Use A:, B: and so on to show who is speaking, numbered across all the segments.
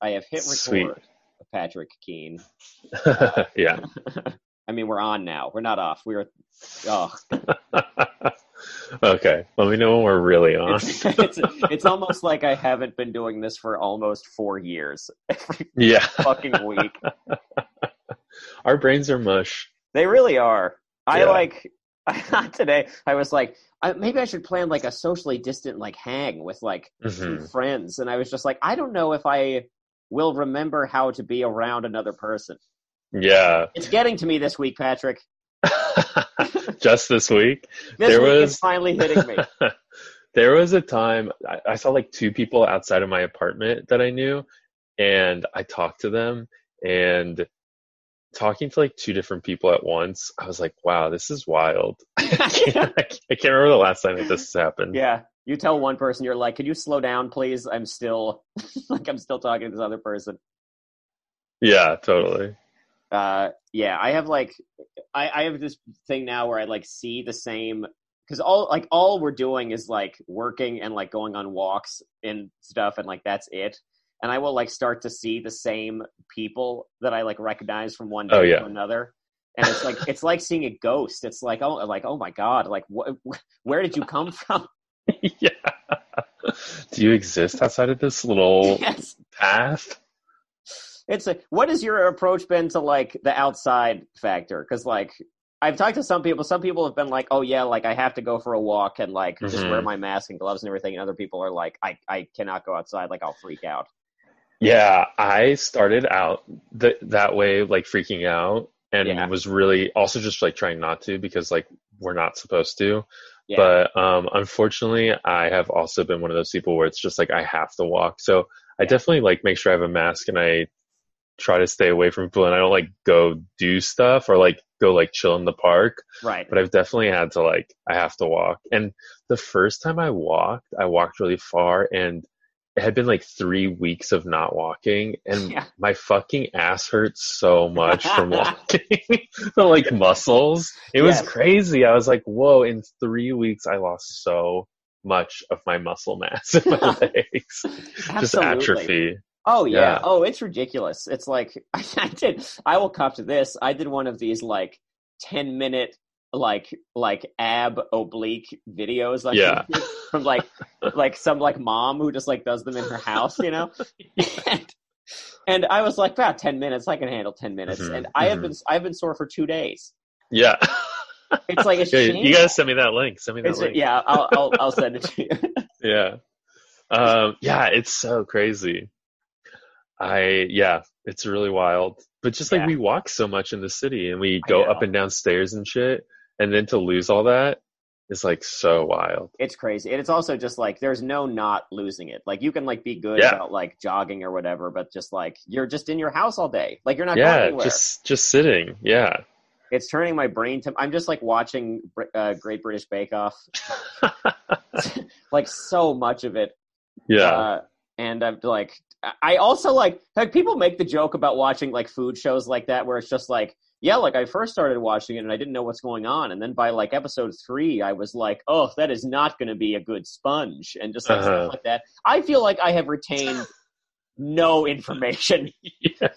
A: I have hit
B: Sweet.
A: record. Patrick Keene.
B: yeah.
A: I mean, we're on now. We're not off. We're oh,
B: okay. Let me know when we're really on.
A: it's, it's it's almost like I haven't been doing this for almost four years. Every
B: Yeah.
A: fucking week.
B: Our brains are mush.
A: They really are. I
B: Yeah.
A: like today. I was like, I, maybe I should plan like a socially distant like hang with like
B: hmm
A: some friends, and I was just like, I don't know if I will remember how to be around another person.
B: Yeah.
A: It's getting to me this week, Patrick.
B: Just this week.
A: This
B: There
A: week
B: was-
A: it's finally hitting me.
B: there was a time I, I saw like two people outside of my apartment that I knew, and I talked to them. And talking to like two different people at once, I was like, wow, this is wild. I can't I can't remember the last time that this happened.
A: Yeah. You tell one person you're like, "Could you slow down, please? I'm still like I'm still talking to this other person."
B: Yeah, totally.
A: Uh yeah, I have like I I have this thing now where I like see the same cuz all like all we're doing is like working and like going on walks and stuff and like that's it. And I will like start to see the same people that I like recognize from one day
B: Oh, yeah.
A: to another. And it's like it's like seeing a ghost. It's like oh like oh my god, like what where did you come from?
B: yeah. Do you exist outside of this little
A: Yes.
B: path?
A: It's a, what has your approach been to like the outside factor? Because like I've talked to some people, some people have been like, "Oh yeah, like I have to go for a walk and like just
B: Mhm.
A: wear my mask and gloves and everything," and other people are like, "I I cannot go outside, like I'll freak out."
B: Yeah, I started out th- that way, like freaking out, and
A: Yeah.
B: was really also just like trying not to because like we're not supposed to.
A: Yeah.
B: But um, unfortunately, I have also been one of those people where it's just like I have to walk. So I
A: Yeah.
B: definitely like make sure I have a mask and I try to stay away from people and I don't like go do stuff or like go like chill in the park.
A: Right?
B: but I've definitely had to like I have to walk. And the first time I walked, I walked really far and it had been like 3 weeks of not walking and
A: Yeah.
B: my fucking ass hurt so much from walking. the like muscles. It
A: Yes.
B: was crazy. I was like, "Whoa, in 3 weeks I lost so much of my muscle mass in my legs." Just atrophy.
A: Oh yeah.
B: Yeah.
A: Oh, it's ridiculous. It's like I did. I will cop to this. I did one of these like ten minute like like ab oblique videos on
B: Yeah.
A: YouTube from like like some like mom who just like does them in her house, you know. and, and I was like, about ten minutes. I can handle ten minutes.
B: Mhm,
A: And I have
B: mhm.
A: been I've been sore for two days.
B: Yeah.
A: It's like it's
B: Yeah, you- you gotta send me that link. Send me that
A: It's-
B: link.
A: yeah, I'll, I'll I'll send it to you.
B: yeah um yeah it's so crazy i yeah it's really wild but just like
A: Yeah.
B: we walk so much in the city and we
A: I
B: go
A: know.
B: up and down stairs and shit and then to lose all that is like so wild
A: it's crazy and it's also just like there's no not losing it like you can like be good
B: Yeah.
A: about like jogging or whatever but just like you're just in your house all day like you're not going
B: yeah
A: anywhere
B: just just sitting yeah
A: it's turning my brain to i'm just like watching Br- uh, great british bake off like so much of it
B: yeah
A: uh, and i'm like i also like like people make the joke about watching like food shows like that where it's just like yeah like i first started watching it and i didn't know what's going on and then by like episode three i was like oh that is not going to be a good sponge and just like,
B: Uh-huh.
A: stuff like that i feel like i have retained no information
B: yeah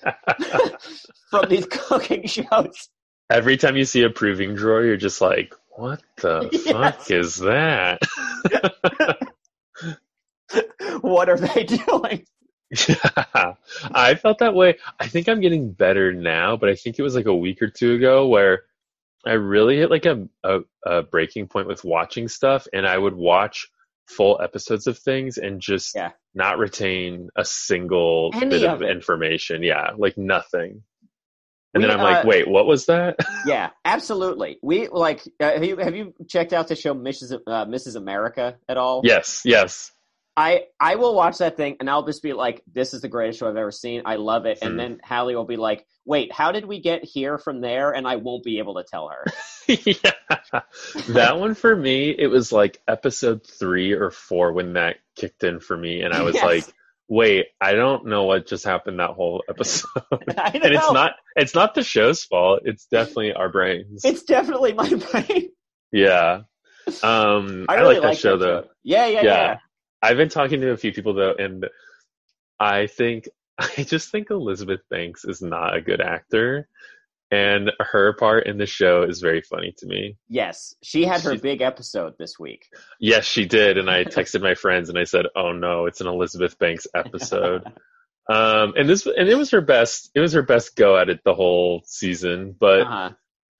A: from these cooking shows
B: every time you see a proving drawer you're just like what the
A: Yes.
B: fuck is that
A: what are they doing
B: Yeah, I felt that way. I think I'm getting better now, but I think it was like a week or two ago where I really hit like a, a, a breaking point with watching stuff, and I would watch full episodes of things and just
A: Yeah.
B: not retain a single
A: Any
B: bit
A: of
B: of
A: it.
B: information. Yeah, like nothing. And
A: We,
B: then I'm
A: uh,
B: like, wait, what was that?
A: yeah absolutely we like uh, have, you, have you checked out the show mrs uh, mrs america at all
B: yes, yes.
A: I I will watch that thing and I'll just be like, this is the greatest show I've ever seen. I love it.
B: Hmm.
A: And then Hallie will be like, wait, how did we get here from there? And I won't be able to tell her.
B: yeah. That one for me, it was like episode three or four when that kicked in for me, and I was
A: Yes.
B: like, "Wait, I don't know what just happened that whole episode."
A: I know.
B: and it's not it's not the show's fault. It's definitely our brains.
A: It's definitely my brain.
B: yeah. Um, I,
A: I really
B: like that show though.
A: Yeah, yeah, yeah.
B: Yeah. I've been talking to a few people though, and I think I just think Elizabeth Banks is not a good actor, and her part in the show is very funny to me.
A: Yes, she had her
B: She's-
A: big episode this week.
B: Yes, she did, and I texted my friends and I said, "Oh no, it's an Elizabeth Banks episode." um, and this and it was her best. It was her best go at it the whole season, but
A: Uh-huh.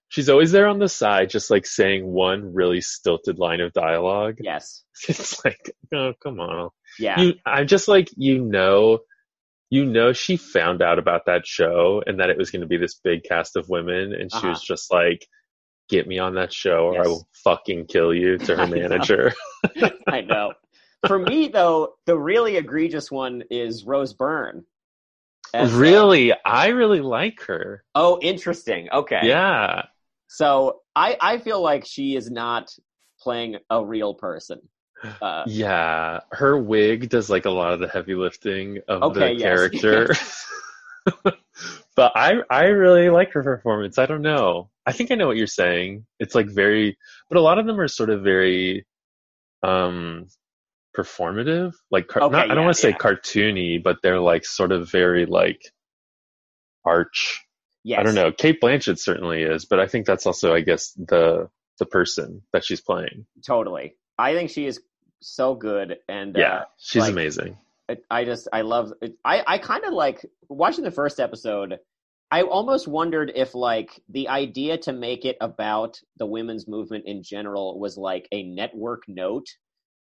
B: she's always there on the side, just like saying one really stilted line of dialogue.
A: Yes.
B: It's like, oh come on,
A: Yeah.
B: you i'm just like you know you know she found out about that show and that it was going to be this big cast of women and she
A: Uh-huh.
B: was just like get me on that show or
A: Yes.
B: i will fucking kill you to
A: I
B: her
A: know.
B: manager
A: I know. For me though, the really egregious one is Rose Byrne. As, uh,
B: really i really like her
A: oh, interesting. Okay.
B: yeah
A: So I I feel like she is not playing a real person. Uh,
B: yeah her wig does like a lot of the heavy lifting of
A: Okay,
B: the
A: yes.
B: character but i i really like her performance i don't know i think i know what you're saying it's like very but a lot of them are sort of very um performative like car-
A: Okay,
B: not, i
A: yeah,
B: don't want to say
A: yeah.
B: cartoony but they're like sort of very like arch
A: yes.
B: i don't know kate blanchett certainly is but i think that's also i guess the the person that she's playing
A: Totally. I think she is so good and
B: yeah
A: uh,
B: she's
A: like- I-
B: amazing
A: I just I love it. I I kind of like watching the first episode. I almost wondered if like the idea to make it about the women's movement in general was like a network note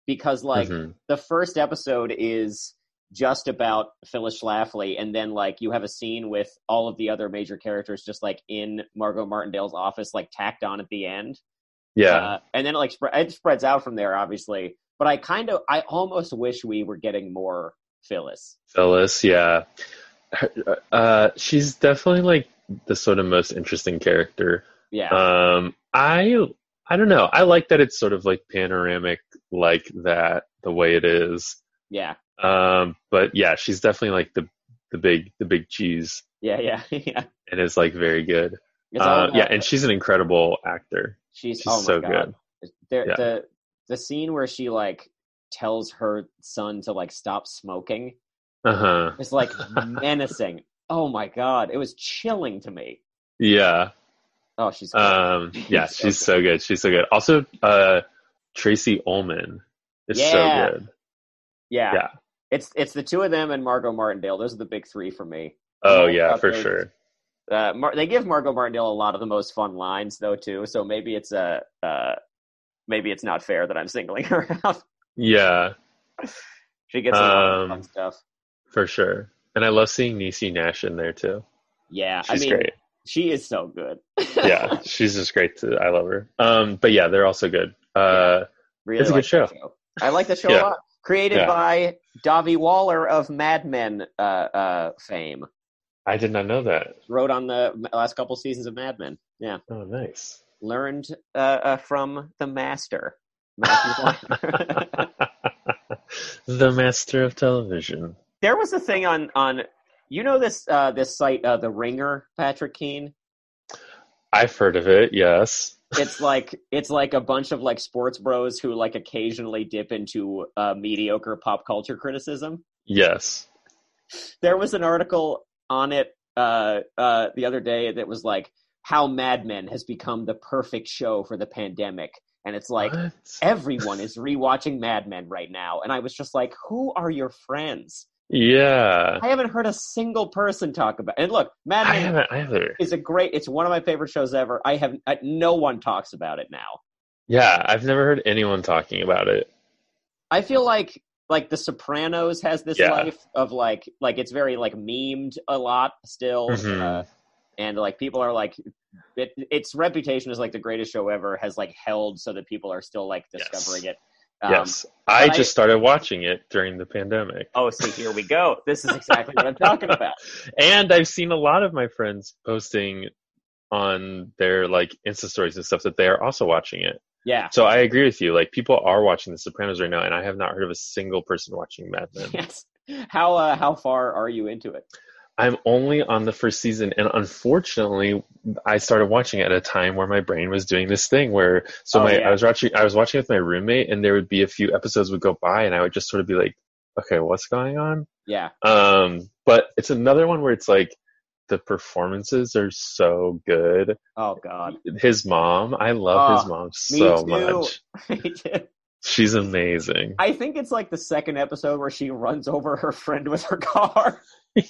A: because like
B: Mhm.
A: the first episode is just about Phyllis Schlafly and then like you have a scene with all of the other major characters just like in Margot Martindale's office like tacked on at the end.
B: yeah
A: Uh, and then it like spread it spreads out from there, obviously. But I kind of, I almost wish we were getting more Phyllis.
B: Phyllis, yeah. Her- Uh, she's definitely like the sort of most interesting character.
A: Yeah,
B: Um, I I don't know. I like that it's sort of like panoramic like that the way it is.
A: yeah,
B: Um, but yeah, she's definitely like the the big the big cheese
A: yeah, yeah, yeah.
B: and is like very good.
A: It's all
B: Uh,
A: about-
B: yeah, and she's an incredible actor.
A: she's,
B: She's
A: oh my
B: so
A: god. There,
B: Yeah.
A: the the scene where she like tells her son to like stop smoking
B: good. Uh-huh.
A: is like menacing. Oh my god, it was chilling to me.
B: Yeah.
A: Oh, she's great.
B: Um, yeah,
A: So
B: she's so good. She's so good. Also, uh, Tracy Ullman is
A: Yeah.
B: so good.
A: yeah.
B: yeah.
A: It's it's the two of them and Margot Martindale. Those are the big three for me.
B: Oh
A: Yeah,
B: yeah, for
A: upgrades.
B: sure.
A: uh, Mar- they give Margot Martindale a lot of the most fun lines though too. So maybe it's a uh, maybe it's not fair that I'm singling her out.
B: Yeah,
A: she gets a lot of
B: Um,
A: fun stuff.
B: for sure. And I love seeing Niecy Nash in there too.
A: Yeah,
B: She's
A: I mean
B: great.
A: she is so good.
B: Yeah, she's just great too. I love her. Um, but yeah, they're also good. Uh,
A: really
B: It's a good
A: like that
B: show.
A: I like the show
B: Yeah.
A: a lot. Created
B: Yeah.
A: by Davi Waller of Mad Men uh, uh, fame.
B: I did not know that.
A: Wrote on the m- last couple seasons of Mad Men. Yeah,
B: Oh, nice.
A: learned uh, uh, from the master. Matthew Waller.
B: the master of television.
A: there was a thing on on you know this uh this site uh the ringer patrick keene
B: I've heard of it. Yes.
A: it's like it's like a bunch of like sports bros who like occasionally dip into uh mediocre pop culture criticism
B: Yes.
A: there was an article on it uh uh the other day that was like how mad men has become the perfect show for the pandemic and it's like
B: What?
A: everyone is rewatching mad men right now and i was just like who are your friends
B: Yeah.
A: i haven't heard a single person talk about and look mad
B: I
A: men
B: haven't either.
A: is a great. It's one of my favorite shows ever. I have I, no one talks about it now.
B: Yeah, I've never heard anyone talking about it.
A: I feel like like The Sopranos has this
B: Yeah.
A: life of like like it's very like memed a lot still,
B: Mhm.
A: uh, and like people are like it, its reputation as like the greatest show ever has like held so that people are still like
B: Yes.
A: discovering it. Um,
B: yes. I
A: but I-
B: just started watching it during the pandemic.
A: Oh, see, here we go. This is exactly what I'm talking about.
B: and I've seen a lot of my friends posting on their like Insta stories and stuff that they are also watching it.
A: Yeah.
B: So I agree with you. Like people are watching The Sopranos right now, and I have not heard of a single person watching Mad Men.
A: Yes. How uh, how far are you into it?
B: I'm only on the first season, and unfortunately, I started watching it at a time where my brain was doing this thing where so
A: Oh,
B: my
A: yeah.
B: I was watching I was watching with my roommate, and there would be a few episodes would go by, and I would just sort of be like, okay, what's going on?
A: Yeah.
B: Um, but it's another one where it's like the performances are so good.
A: Oh God,
B: His mom, I love his
A: Oh,
B: mom
A: me
B: so
A: too.
B: much. She's amazing.
A: I think it's like the second episode where she runs over her friend with her car.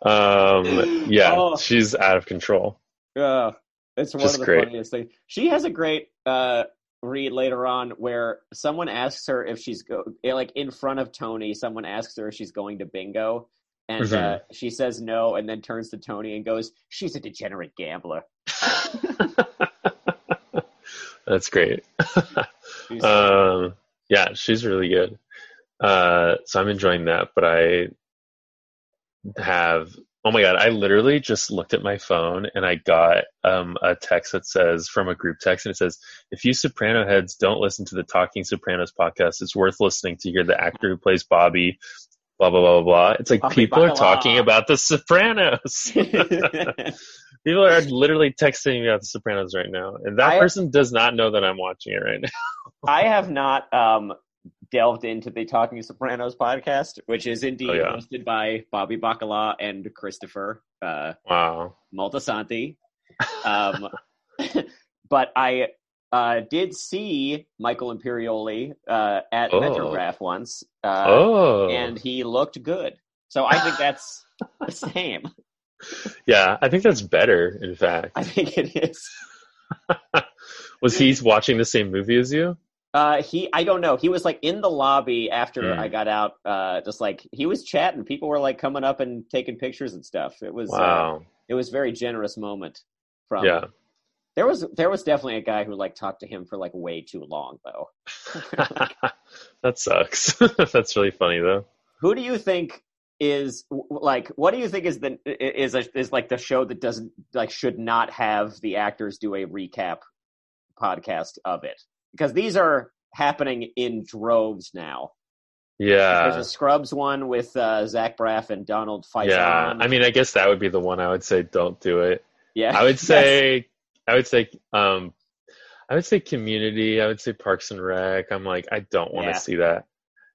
B: um, yeah,
A: Oh.
B: she's out of control.
A: Yeah, it's one
B: Just
A: of the
B: great.
A: funniest things. She has a great uh, read later on where someone asks her if she's go eh, like in front of Tony. Someone asks her if she's going to bingo, and uh,
B: Mhm.
A: she says no, and then turns to Tony and goes, "She's a degenerate gambler."
B: That's great.
A: She's-
B: um, yeah, she's really good. Uh, so I'm enjoying that, but I have oh my god, I literally just looked at my phone and I got um, a text that says from a group text and it says, "If you Soprano heads don't listen to the Talking Sopranos podcast, it's worth listening to hear the actor who plays Bobby." Blah blah blah blah. blah. It's like
A: Bobby
B: people are
A: Bacala.
B: talking about the Sopranos. people are literally texting me about the Sopranos right now, and that
A: I-
B: person does not know that I'm watching it right now.
A: I have not um, delved into the Talking Sopranos podcast, which is indeed
B: Oh, yeah.
A: hosted by Bobby Bacala and Christopher uh,
B: Wow.
A: Maltasanti. Um, but I uh, did see Michael Imperioli uh, at
B: Oh.
A: Metrograph once, uh,
B: oh.
A: and he looked good. So I think that's the same.
B: yeah, I think that's better. In fact,
A: I think it is.
B: was he watching the same movie as you?
A: Uh, he, I don't know. He was like in the lobby after
B: Hmm.
A: I got out. Uh, just like he was chatting. People were like coming up and taking pictures and stuff. It was, uh,
B: Wow.
A: it was a very generous moment. From
B: yeah.
A: there was there was definitely a guy who like talked to him for like way too long though.
B: that sucks. that's really funny though.
A: Who do you think is w- like? What do you think is the is a, is like the show that doesn't like should not have the actors do a recap podcast of it because these are happening in droves now. There's
B: Yeah.
A: a Scrubs one with uh, Zach Braff and Donald Faison.
B: Yeah. I mean, I guess that would be the one I would say don't do it.
A: yeah,
B: I would
A: Yes.
B: say I would say um I would say community, I would say Parks and Rec. I'm like I don't want to
A: Yeah.
B: see that.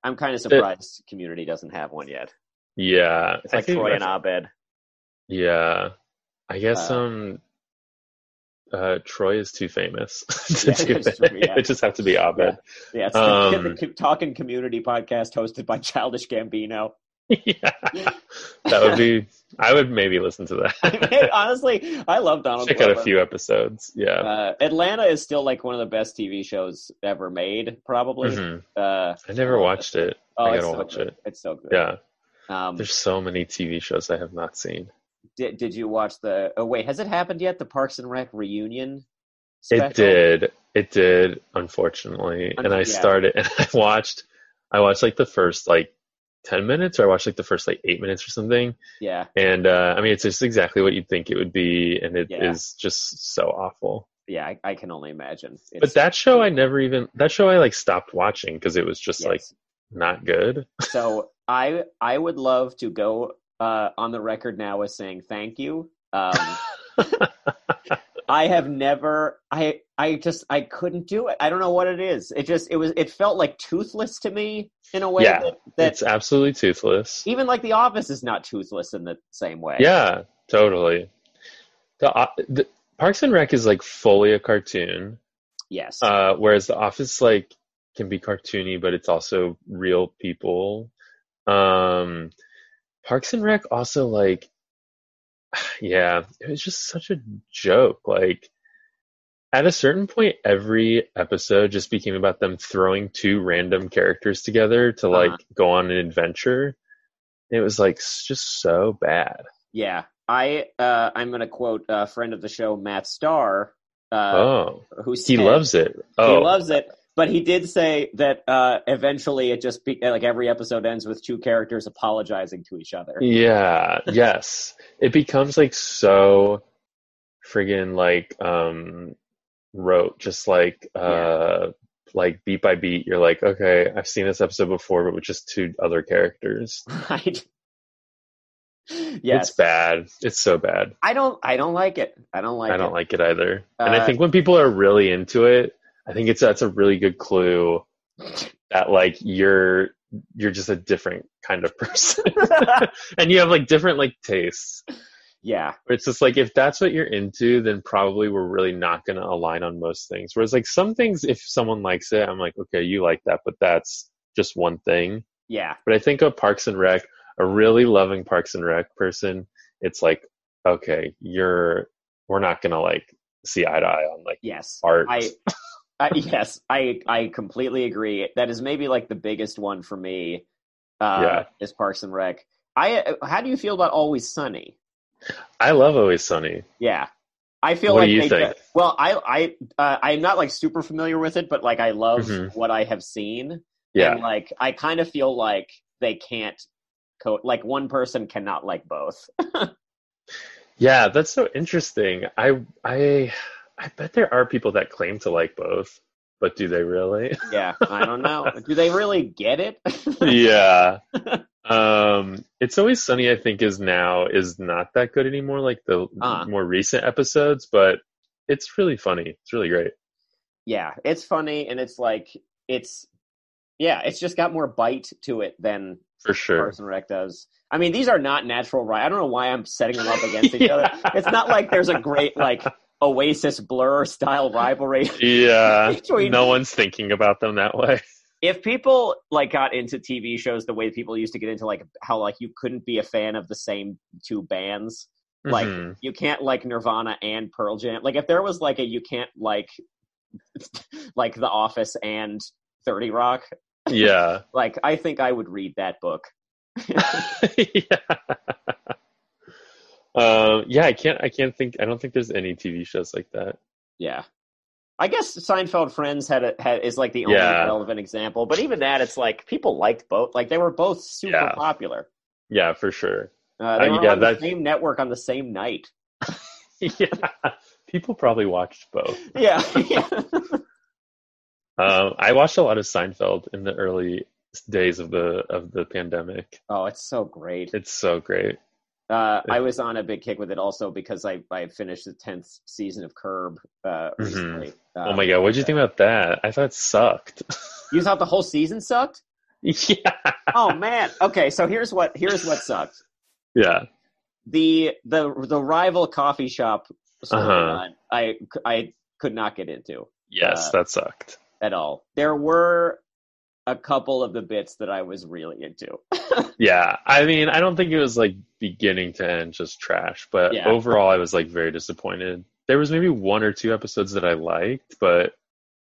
A: I'm kind of surprised Community doesn't have one yet.
B: Yeah.
A: It's
B: I
A: like
B: think
A: Troy
B: that's-
A: and Abed.
B: Yeah. I guess
A: Uh,
B: um uh Troy is too famous to
A: Yeah,
B: do
A: that's
B: it.
A: true, yeah.
B: It just have to be Abed.
A: Yeah, it's
B: Um,
A: the, the Talking Community podcast hosted by Childish Gambino.
B: Yeah. That would be I would maybe listen to
A: I
B: that.
A: mean, honestly, I love Donald.
B: Check out a
A: Glover.
B: few episodes. Yeah.
A: Uh, Atlanta is still like one of the best TV shows ever made, probably.
B: Mhm.
A: Uh,
B: I never watched it.
A: oh,
B: I
A: it's
B: gotta
A: so
B: watch
A: good.
B: it.
A: It's so good.
B: Yeah.
A: Um,
B: There's so many TV shows I have not seen.
A: did, did you watch the? Oh wait, has it happened yet? The Parks and Rec reunion. Special?
B: It did. It did, unfortunately. And I
A: Yeah.
B: started and I watched I watched like the first like 10 minutes or I watched like the first like 8 minutes or something.
A: Yeah,
B: And uh, I mean, it's just exactly what you'd think it would be, and it is
A: Yeah.
B: just so awful.
A: yeah. I, I can only imagine. It's,
B: But that show, I never even that show I like stopped watching because it was just
A: yes.
B: like not good.
A: so I I would love to go uh, on the record now as saying thank you. Um, I have never I I just I couldn't do it. I don't know what it is. It just it was it felt like toothless to me in a way
B: Yeah,
A: that, that
B: it's absolutely toothless.
A: even like The Office is not toothless in the same way.
B: Yeah, totally. The, uh, the Parks and Rec is like fully a cartoon,
A: Yes.
B: uh, whereas The Office like can be cartoony, but it's also real people. Um, Parks and Rec also like, yeah, it was just such a joke. Like, at a certain point, every episode just became about them throwing two random characters together to
A: Uh-huh.
B: like go on an adventure. It was like s- just so bad.
A: yeah. I uh, I'm going to quote a friend of the show Matt Starr uh,
B: oh,
A: who
B: he
A: said,
B: loves it.
A: he
B: Oh,
A: loves it. But he did say that uh, eventually it just be, like every episode ends with two characters apologizing to each other.
B: Yeah, yes. It becomes like so friggin' like um rote, just like uh like beat by beat, you're like, okay, I've seen this episode before, but with just two other characters.
A: Right? yes.
B: It's bad. It's so bad.
A: I don't. I don't like it. I don't like.
B: I don't
A: it.
B: like it either. And I
A: Uh,
B: think when people are really into it, I think it's that's a really good clue that like you're you're just a different kind of person and you have like different like tastes
A: yeah
B: where it's just like if that's what you're into then probably we're really not going to align on most things whereas like some things if someone likes it i'm like okay you like that but that's just one thing
A: yeah
B: but i think of parks and rec a really loving parks and rec person it's like okay you're we're not going to like see eye to eye on like
A: yes
B: art
A: I, I yes i i completely agree that is maybe like the biggest one for me uh
B: Yeah.
A: is parks and rec i uh, how do you feel about always sunny
B: i love always sunny
A: Yeah, I feel
B: What do
A: like
B: you
A: they
B: think?
A: do- well, I I uh, I'm not like super familiar with it, but like I love
B: Mhm.
A: what I have seen,
B: yeah
A: and like I kind of feel like they can't co- like one person cannot like both.
B: yeah that's so interesting i i i bet there are people that claim to like both but do they really
A: yeah, I don't know. Do they really get it?
B: yeah um it's always sunny i think is now is not that good anymore like the
A: Uh-huh.
B: more recent episodes but it's really funny it's really great
A: yeah, it's funny, and it's like it's yeah, it's just got more bite to it than
B: for sure
A: Parks and Rec does. I mean, these are not natural right. I don't know why I'm setting them up against each other. It's not like there's a great like Oasis Blur style rivalry.
B: yeah
A: Between-
B: no one's thinking about them that way
A: If people like got into TV shows the way people used to get into like how like you couldn't be a fan of the same two bands. Like
B: Mhm.
A: you can't like Nirvana and Pearl Jam. Like if there was like a you can't like like The Office and 30 Rock,
B: yeah
A: like I think I would read that book.
B: yeah. Um, yeah, I can't. I can't think. I don't think there's any TV shows like that.
A: Yeah. I guess Seinfeld Friends had, a, had is like the only
B: Yeah.
A: relevant example, but even that, it's like people liked both. Like they were both super
B: Yeah.
A: popular.
B: Yeah, for sure.
A: Uh, they
B: Uh,
A: were
B: yeah,
A: on
B: that-
A: the same network on the same night.
B: yeah, people probably watched both.
A: Yeah, yeah,
B: Um, I watched a lot of Seinfeld in the early days of the of the pandemic.
A: Oh, it's so great.
B: It's so great.
A: Uh, I was on a big kick with it also because I I finished the tenth season of Curb uh,
B: Mhm.
A: recently.
B: oh
A: Um,
B: my god, what did you think about that? I thought it sucked.
A: You thought the whole season sucked?
B: yeah,
A: Oh man. Okay, so here's what here's what sucked.
B: yeah,
A: The the the rival coffee shop
B: Uh-huh.
A: storyline I I could not get into.
B: yes,
A: Uh,
B: that sucked.
A: at all. There were a couple of the bits that I was really into.
B: Yeah, I mean, I don't think it was like beginning to end just trash, but
A: Yeah.
B: overall, I was like very disappointed. There was maybe one or two episodes that I liked, but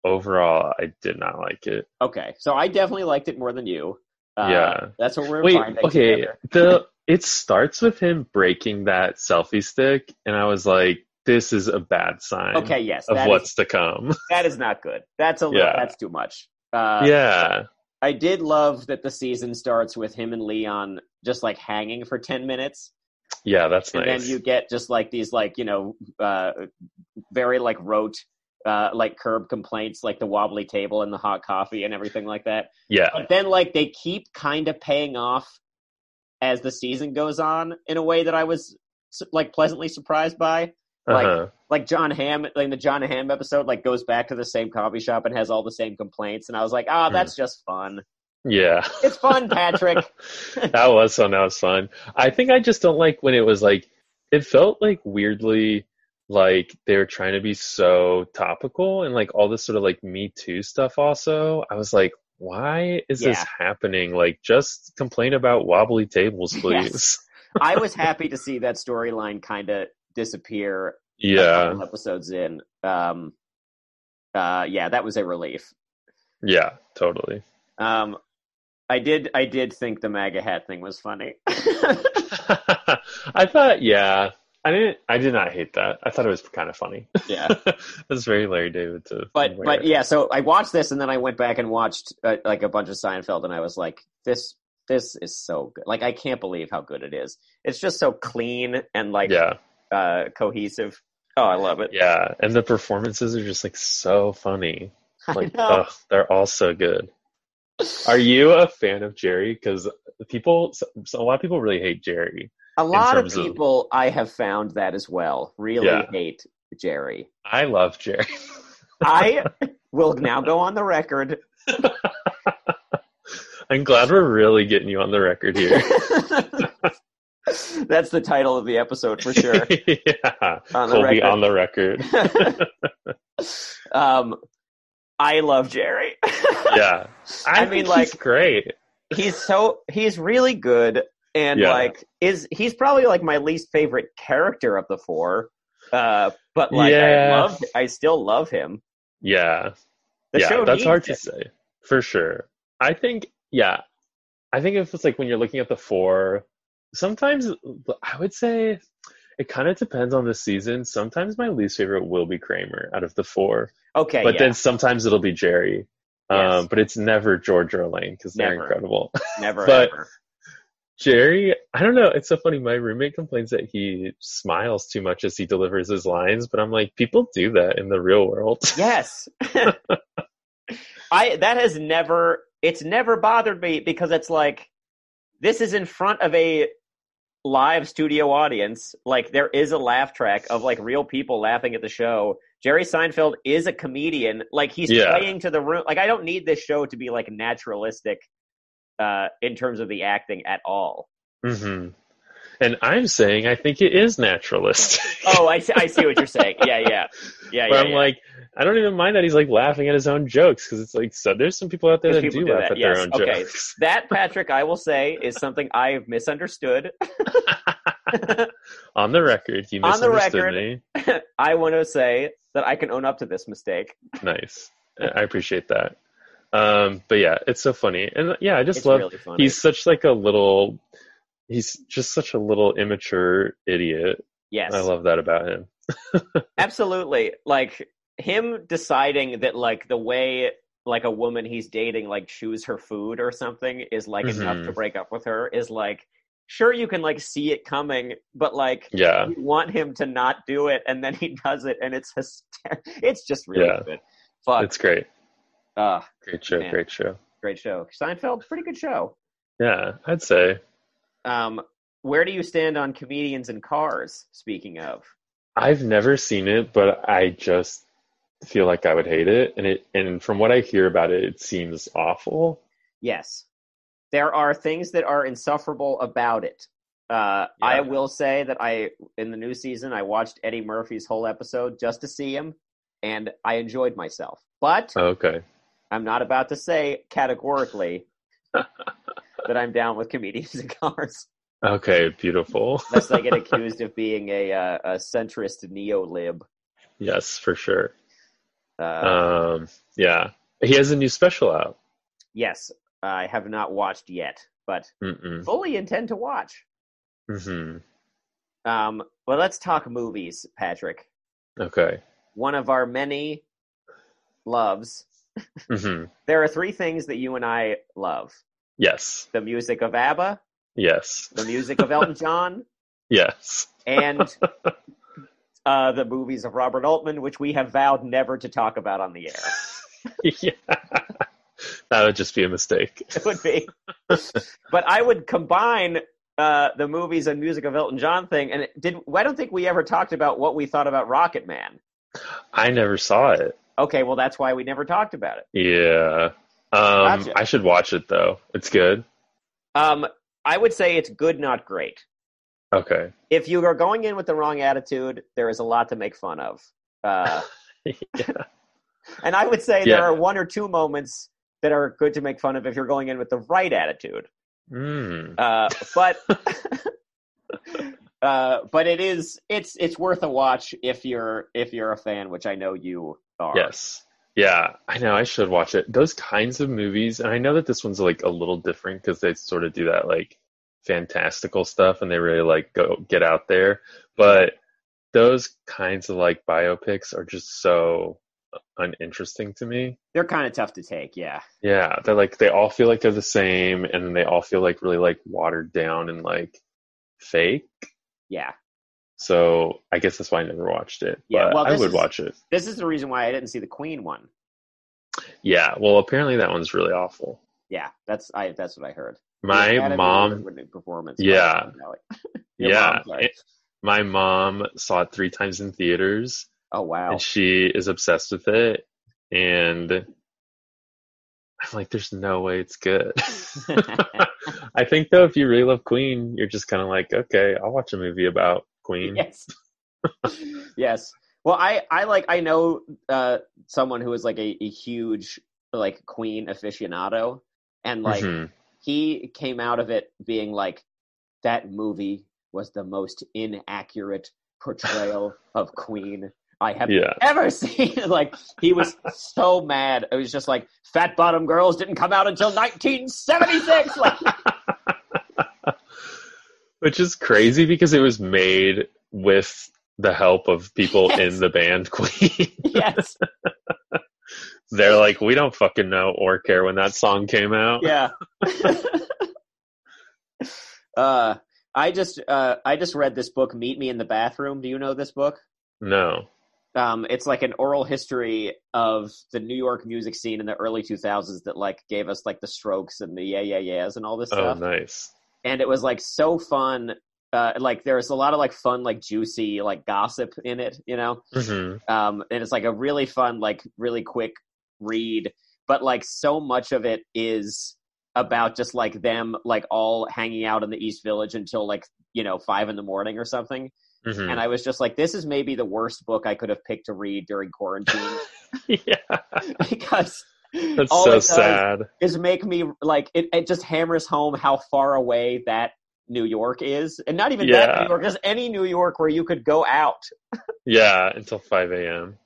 B: overall, I did not like it.
A: Okay, so I definitely liked it more than you. Uh,
B: Yeah.
A: that's what we're
B: Wait,
A: finding.
B: okay,
A: together.
B: the it starts with him breaking that selfie stick, and I was like, this is a bad sign
A: Okay, yes,
B: of
A: that
B: what's
A: is,
B: to come.
A: that is not good. That's a little,
B: Yeah.
A: that's too much. Uh,
B: yeah,
A: I did love that the season starts with him and Leon just like hanging for ten minutes,
B: yeah, that's
A: and
B: nice.
A: then you get just like these like you know uh, very like rote uh, like curb complaints, like the wobbly table and the hot coffee and everything like that.
B: yeah,
A: but then like they keep kind of paying off as the season goes on in a way that I was su- like pleasantly surprised by. like-
B: uh-huh.
A: Like John Hamm, like the John Hamm episode, like goes back to the same coffee shop and has all the same complaints, and I was like, ah,
B: Hmm.
A: that's just fun.
B: yeah.
A: It's fun, Patrick.
B: that was fun. That was fun. I think I just don't like when it was like it felt like weirdly like they were trying to be so topical and like all this sort of like Me Too stuff. Also, I was like, why is this
A: Yeah.
B: happening? Like, just complain about wobbly tables, please.
A: I was happy to see that storyline kind of disappear. a
B: Yeah,
A: couple episodes in. Um, uh, yeah, that was a relief.
B: yeah, totally.
A: Um, I did, I did think the MAGA hat thing was funny.
B: I thought, yeah, I didn't. I did not hate that. I thought it was kind of funny.
A: yeah.
B: That's very Larry David to
A: but
B: wear.
A: but yeah so i watched this and then i went back and watched uh, like a bunch of seinfeld and i was like this this is so good like i can't believe how good it is it's just so clean and like
B: yeah.
A: uh cohesive oh i love it
B: Yeah, and the performances are just like so funny. Like,
A: know.
B: ugh, they're all so good. Are you a fan of Jerry? Because people, so, so a lot of people really hate Jerry.
A: a lot of
B: terms of-
A: people i have found that as well really
B: Yeah.
A: hate jerry
B: I love Jerry.
A: i will now go on the record
B: I'm glad we're really getting you on the record here.
A: That's the title of the episode for sure.
B: yeah.
A: On the
B: Colby
A: record.
B: on the record.
A: um, I love Jerry.
B: Yeah. I,
A: mean,
B: mean,
A: like-
B: like, great.
A: he's so he's really good, and
B: Yeah.
A: like is he's probably like my least favorite character of the four. Uh, but like I
B: Yeah.
A: love, I still love him.
B: Yeah.
A: The
B: yeah,
A: show
B: that's
A: needs
B: hard
A: it.
B: to say for sure. I think, yeah, I think if it's like when you're looking at the four, sometimes I would say it kind of depends on the season. Sometimes my least favorite will be Kramer out of the four,
A: Okay,
B: but
A: Uh, yeah,
B: then sometimes it'll be Jerry.
A: Yes.
B: Um, but it's never George or Elaine because they're
A: Never.
B: incredible.
A: never
B: but-
A: ever.
B: Jerry, I don't know. It's so funny. My roommate complains that he smiles too much as he delivers his lines, but I'm like, people do that in the real world.
A: Yes. I that has never it's never bothered me because it's like this is in front of a live studio audience. Like there is a laugh track of like real people laughing at the show. Jerry Seinfeld is a comedian. Like he's
B: Yeah.
A: playing to the room. Like I don't need this show to be like naturalistic uh in terms of the acting at all.
B: hmm And I'm saying I think it is naturalistic.
A: Oh, I see, I see what you're saying. Yeah, yeah. Yeah,
B: Where
A: yeah.
B: I'm
A: yeah.
B: like, I don't even mind that he's like laughing at his own jokes because it's like, so there's some people out there that
A: Because
B: do,
A: people do
B: laugh
A: that,
B: at
A: yes,
B: their own
A: okay.
B: jokes.
A: that Patrick, I will say, is something I've misunderstood.
B: On the record, you
A: On the
B: misunderstood
A: record.
B: me.
A: I want to say that I can own up to this mistake.
B: Nice. I I appreciate that. Um, but yeah, it's so funny, and yeah, I just
A: it's
B: love.
A: really funny.
B: he's such like a little. He's just such a little immature idiot.
A: yes,
B: I love that about him.
A: absolutely. Like him deciding that like the way like a woman he's dating like choose her food or something is like enough
B: Mhm.
A: to break up with her is like sure you can like see it coming, but like
B: Yeah,
A: you want him to not do it and then he does it and it's hyster- it's just really
B: Yeah.
A: good. Fuck,
B: it's great.
A: Ah,
B: Great show.
A: Man.
B: Great show.
A: great show. Seinfeld, pretty good show.
B: Yeah, I'd say.
A: Um, where do you stand on comedians and cars? Speaking of.
B: I've never seen it, but I just feel like I would hate it. And it and from what I hear about it, it seems awful.
A: Yes. There are things that are insufferable about it. Uh,
B: Yeah.
A: I will say that I, in the new season, I watched Eddie Murphy's whole episode just to see him, and I enjoyed myself. But
B: Okay.
A: I'm not about to say categorically that I'm down with comedians and cars,
B: Okay, beautiful.
A: unless I get accused of being a, uh, a centrist neo-lib.
B: Yes, for sure.
A: Uh,
B: Um yeah. He has a new special out.
A: yes, I have not watched yet, but
B: Mm-mm.
A: fully intend to watch.
B: hmm
A: Um, but let's talk movies, Patrick.
B: Okay.
A: one of our many loves.
B: hmm
A: There are three things that you and I love
B: Yes.
A: the music of ABBA,
B: Yes.
A: the music of Elton John,
B: Yes.
A: and uh, the movies of Robert Altman, which we have vowed never to talk about on the air.
B: yeah. That would just be a mistake.
A: It would be. but I would combine. Uh, the movies and music of Elton John thing, and it did I don't think we ever talked about what we thought about Rocket Man.
B: I never saw it.
A: Okay, well that's why we never talked about it.
B: Yeah. Um
A: Gotcha.
B: I should watch it though. It's good.
A: Um, I would say it's good, not great.
B: Okay.
A: if you are going in with the wrong attitude, there is a lot to make fun of. Uh, and I would say
B: Yeah.
A: there are one or two moments that are good to make fun of if you're going in with the right attitude.
B: Mm.
A: Uh, but uh, but it is it's it's worth a watch if you're if you're a fan, which I know you are.
B: Yes. Yeah, I know. I should watch it. Those kinds of movies, and I know that this one's like a little different because they sort of do that like fantastical stuff, and they really like go get out there. But those kinds of like biopics are just so uninteresting to me.
A: They're kind of tough to take. Yeah.
B: Yeah, they're like they all feel like they're the same, and then they all feel like really like watered down and like fake.
A: Yeah.
B: So I guess that's why I never watched it.
C: Yeah,
B: but
C: well,
B: I
C: this
B: would
C: is-
B: watch it.
A: This is the reason why I didn't see the Queen one.
B: Yeah. Well, apparently that one's really awful.
A: Yeah, that's I that's what I heard. The
B: My
A: Academy
B: mom
A: Award-winning performance.
B: Yeah.
A: Your
B: yeah,
A: mom, sorry.
B: it- my mom saw it three times in theaters,
A: Oh wow.
B: and she is obsessed with it. And I'm like, there's no way it's good. I think though, if you really love Queen, you're just kind of like, okay, I'll watch a movie about Queen.
A: yes yes well i i like i know uh someone who is like a, a huge like queen aficionado and like
B: Mhm.
A: he came out of it being like that movie was the most inaccurate portrayal of queen i have
B: yeah,
A: ever seen like he was so mad it was just like fat bottom girls didn't come out until 1976 like
B: which is crazy because it was made with the help of people in
A: Yes.
B: the band Queen.
A: yes
B: They're like, we don't fucking know or care when that song came out.
A: yeah. uh, I just uh, I just read this book, Meet Me in the Bathroom. Do you know this book?
B: No.
A: Um, it's like an oral history of the New York music scene in the early 2000s that like gave us like the Strokes and the Yeah Yeah Yeahs and all this
B: Oh,
A: stuff.
B: nice.
A: And it was like so fun. Uh, like there's a lot of like fun, like juicy, like gossip in it, you know
B: hmm
A: um, and it's like a really fun, like really quick read. But like so much of it is about just like them, like all hanging out in the East Village until like you know five in the morning or something.
B: hmm
A: And I was just like, this is maybe the worst book I could have picked to read during quarantine
B: yeah,
A: because
B: that's
A: all it
B: so
A: does
B: sad.
A: is make me like it, it. just hammers home how far away that. New York is, and not even that
B: Yeah.
A: New York, just any New York where you could go out.
B: Yeah, until five a.m.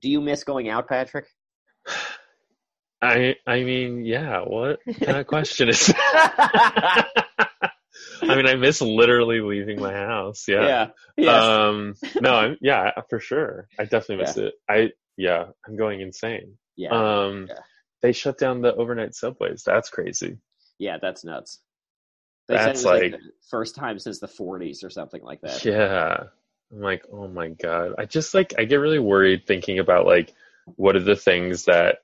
A: Do you miss going out, Patrick?
B: I I mean, yeah. What kind of question is that? I mean, I miss literally leaving my house. Yeah.
A: Yes.
B: Um. No. I'm. Yeah. For sure. I definitely miss it. I. Yeah. I'm going insane.
A: yeah.
B: Um.
A: Yeah.
B: They shut down the overnight subways. That's crazy.
A: Yeah, that's nuts.
B: That's like-
A: the first time since the 40s or something like that.
B: Yeah. I'm like, oh my God. I just like, I get really worried thinking about like, what are the things that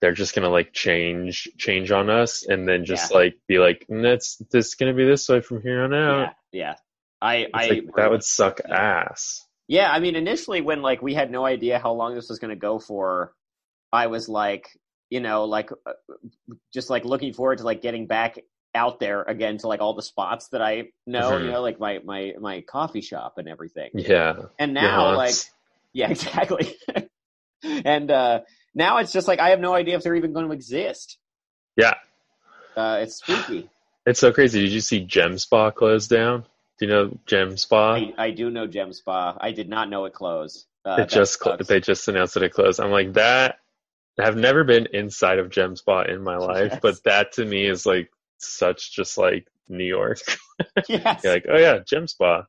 B: they're just gonna like change, change on us and then just like be like, that's this is gonna be this way from here on out.
A: yeah, yeah. I, I
B: It's like, that would suck ass.
A: yeah. I mean, initially when like we had no idea how long this was going to go for, I was like, you know, like uh, just like looking forward to like getting back out there again to like all the spots that I know,
B: Mhm.
A: you know, like my my my coffee shop and everything.
B: Yeah.
A: And now,
B: Yeah,
A: like,
B: it's-
A: yeah, exactly. and uh now it's just like I have no idea if they're even going to exist.
B: yeah.
A: Uh It's spooky.
B: It's so crazy. Did you see Gem Spa close down? Do you know Gem Spa?
A: I, I do know Gem Spa. I did not know it closed. Uh,
B: It
A: that
B: just cl-
A: sucks.
B: they just announced that it closed. I'm like that. I've never been inside of Gem Spa in my life,
A: Yes.
B: but that to me is like such just like New York.
A: yes.
B: You're like, oh yeah, Gem Spa.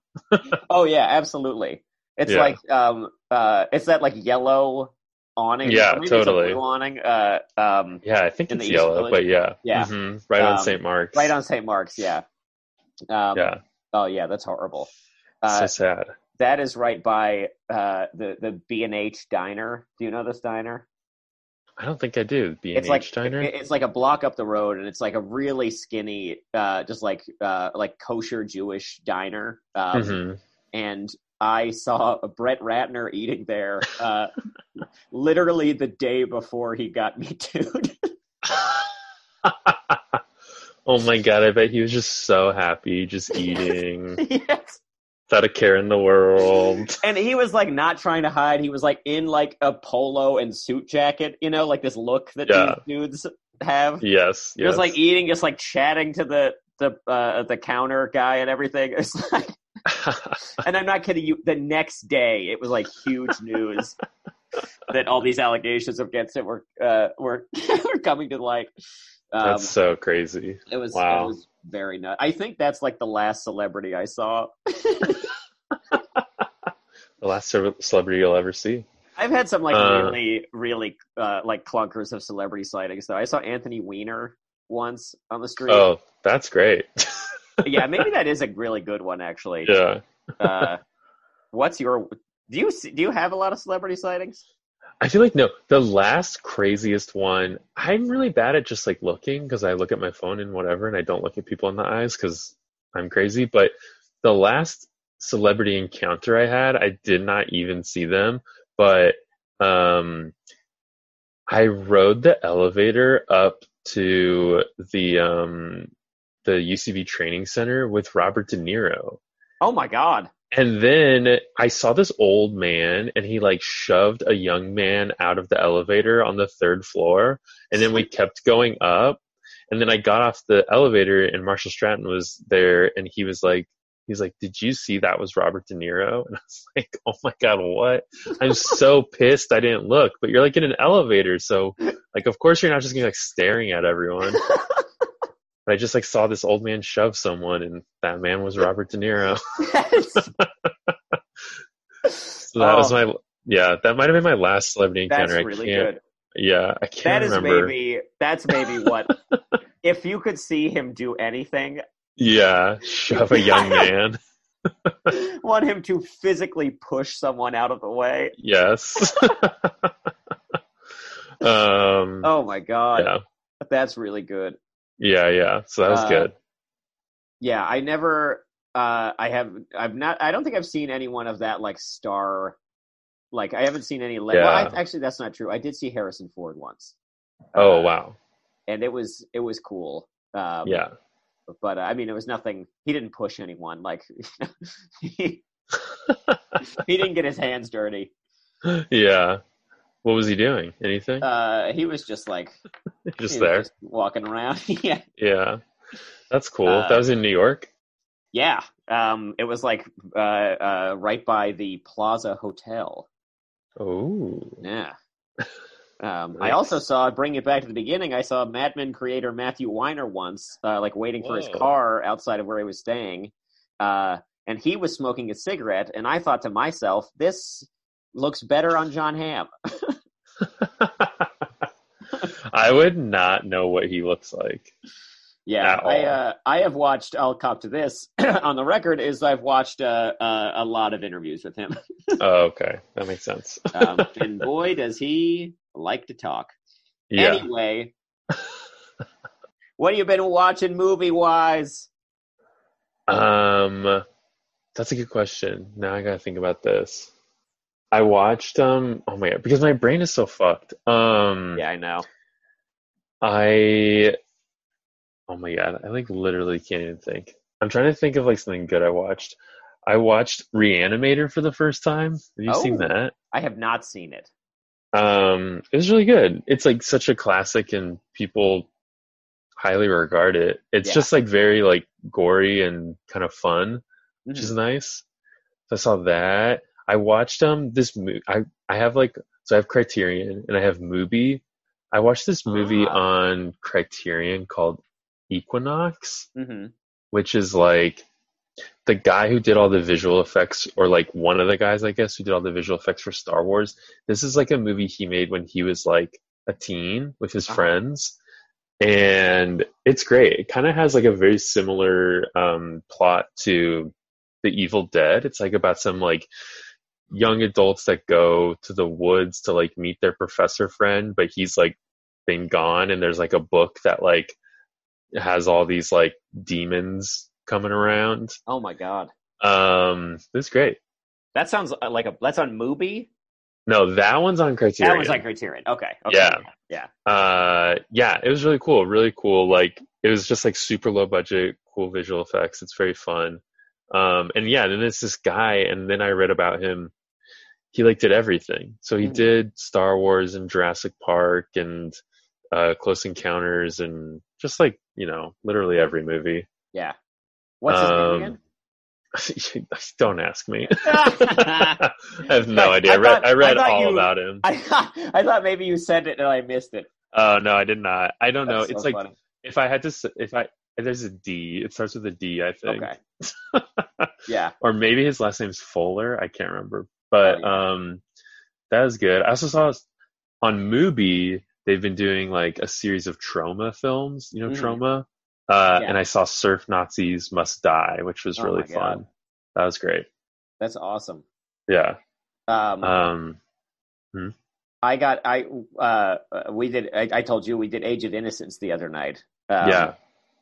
A: oh yeah, absolutely. It's
B: Yeah.
A: like um uh it's that like yellow awning.
B: Yeah,
A: Maybe It's
B: totally.
A: a blue awning. Uh um
B: Yeah, I think
A: In
B: it's
A: the East
B: yellow,
A: Village?
B: but yeah,
A: Yeah.
B: hmm right on
A: Um,
B: St. Mark's.
A: right on St. Mark's. Yeah. Um,
B: yeah,
A: Oh yeah, that's horrible.
B: so
A: Uh,
B: sad.
A: that is right by uh the the B and H diner. Do you know this diner?
B: I don't think I do. B and E
A: it's like
B: H Diner.
A: it- it's like a block up the road and it's like a really skinny uh just like uh like kosher jewish diner um
B: Mhm.
A: and i saw brett ratner eating there uh literally the day before he got me tooed
B: oh my god, I bet he was just so happy, just eating
A: yes
B: without a care in the world.
A: and he was like not trying to hide he was like in like a polo and suit jacket you know like this look that
B: Yeah.
A: these dudes have
B: Yes, yes.
A: Just like eating, just like chatting to the the uh, the counter guy and everything. It's like and I'm not kidding you. The next day, it was like huge news that all these allegations against him were uh, were were coming to light. Um,
B: That's so crazy.
A: it was
B: wow.
A: it was very nuts. I think that's like the last celebrity I saw.
B: The last ce- celebrity you'll ever see.
A: I've had some like
B: Uh.
A: really really uh, like clunkers of celebrity sightings though. I saw Anthony Weiner once on the street.
B: Oh, that's great.
A: Yeah, maybe that is a really good one actually.
B: yeah.
A: Uh, what's your do you see- do you have a lot of celebrity sightings?
B: I feel like no, the last craziest one, I'm really bad at just like looking because I look at my phone and whatever and I don't look at people in the eyes because I'm crazy. But the last celebrity encounter I had, I did not even see them, but um I rode the elevator up to the um the UCB training center with Robert De Niro.
D: Oh my god.
B: And then I saw this old man and he like shoved a young man out of the elevator on the third floor. And then we kept going up. And then I got off the elevator and Marshall Stratton was there and he was like, he's like, did you see that was Robert De Niro? And I was like, oh my God, what? I'm so pissed I didn't look, but you're like in an elevator. So like, of course you're not just gonna be like staring at everyone. But I just like saw this old man shove someone, and that man was Robert De Niro. so that was
D: Oh,
B: my yeah. That might have been my last celebrity
D: That's
B: encounter. I
D: really
B: can't.
D: good.
B: Yeah, I can't
D: That is
B: remember.
D: maybe that's maybe what if you could see him do anything,
B: Yeah, shove a young man.
D: want him to physically push someone out of the way.
B: Yes. um.
D: Oh my god.
B: Yeah.
D: That's really good.
B: Yeah. Yeah. So that was
A: Uh,
B: good.
A: yeah i never uh i have i've not i don't think i've seen anyone of that like star like i haven't seen any le- well,
B: Yeah.
A: I, actually that's not true i did see harrison ford once
B: Oh
A: uh,
B: wow.
A: and it was it was cool um
B: Yeah.
A: but uh, i mean it was nothing he didn't push anyone like he, he didn't get his hands dirty
B: yeah. What was he doing? Anything?
A: uh he was just like
B: just
A: he was
B: there.
A: just walking around yeah
B: Yeah. That's cool.
A: Uh,
B: that was in New York.
A: yeah um it was like uh uh right by the plaza hotel
B: Oh.
A: Yeah. Um, I
B: Nice.
A: also saw, bring it back to the beginning, I saw Mad Men creator Matthew Weiner once, uh, like waiting for his
B: Whoa.
A: car outside of where he was staying. Uh, and he was smoking a cigarette, and I thought to myself, this looks better on John Hamm.
B: I would not know what he looks like.
A: Yeah,
B: At
A: I
B: all.
A: uh, I have watched. I'll cop to this on the record is I've watched uh, uh, a lot of interviews with him,
B: Oh, okay. That makes sense.
A: um, and boy does he like to talk.
B: Yeah.
A: Anyway, what have you been watching movie wise?
B: Um that's a good question. Now I gotta think about this. I watched um oh my god, because my brain is so fucked. Um
D: Yeah, I know.
B: I oh my god, I like literally can't even think. I'm trying to think of like something good I watched. I watched Reanimator for the first time. Have you seen
A: Oh.
B: that?
A: I have not seen it.
B: Um, it was really good. It's like such a classic and people highly regard it. It's
A: Yeah.
B: just like very like gory and kind of fun, which
A: Mhm.
B: is nice. So I saw that. I watched um this movie. I I have like so I have Criterion and I have Mubi. I watched this movie
A: Ah.
B: on Criterion called Equinox,
A: hmm
B: which is like the guy who did all the visual effects, or like one of the guys, I guess, who did all the visual effects for Star Wars. This is like a movie he made when he was like a teen with his
A: Uh-huh.
B: friends. And it's great. It kind of has like a very similar um, plot to The Evil Dead. It's like about some like young adults that go to the woods to like meet their professor friend, but he's like been gone. And there's like a book that like has all these like demons coming around.
A: Oh my god,
B: Um, it's great.
D: That sounds uh, like a that's on Mubi.
B: No, that one's on Criterion.
A: that was like Criterion. Okay, okay.
B: Yeah.
A: yeah.
B: uh, yeah, it was really cool. Really cool. Like it was just like super low budget, cool visual effects. It's very fun. Um, and yeah, then it's this guy, and then I read about him. He like did everything. So he
A: Mhm.
B: did Star Wars and Jurassic Park and uh, Close Encounters and just like you know, literally every movie.
A: yeah. What's his
B: Um,
A: name again?
B: Don't ask me.
A: I,
B: I have no
A: I-
B: idea.
A: I
B: I, read
A: thought-
B: I read
A: I thought
B: all
A: you-
B: about him.
A: I thought maybe you said it and I missed it.
B: Oh no, I did not. I don't know.
A: That's
B: It's
A: so
B: like
A: funny.
B: if I had to, s- if I there's a D. It starts with a D, I think,
A: okay. yeah,
B: or maybe his last name's Fuller. I can't remember. But
A: Oh,
B: um, that was good. I also saw s- on Mubi they've been doing like a series of trauma films. You know,
A: Mhm.
B: trauma. Uh,
A: Yeah.
B: and I saw Surf Nazis Must Die, which was
A: Oh,
B: really
A: my God.
B: fun. That was great.
A: that's awesome.
B: Yeah.
A: Um,
B: Um.
A: I got I uh we did I, I told you we did Age of Innocence the other night. Um,
B: yeah.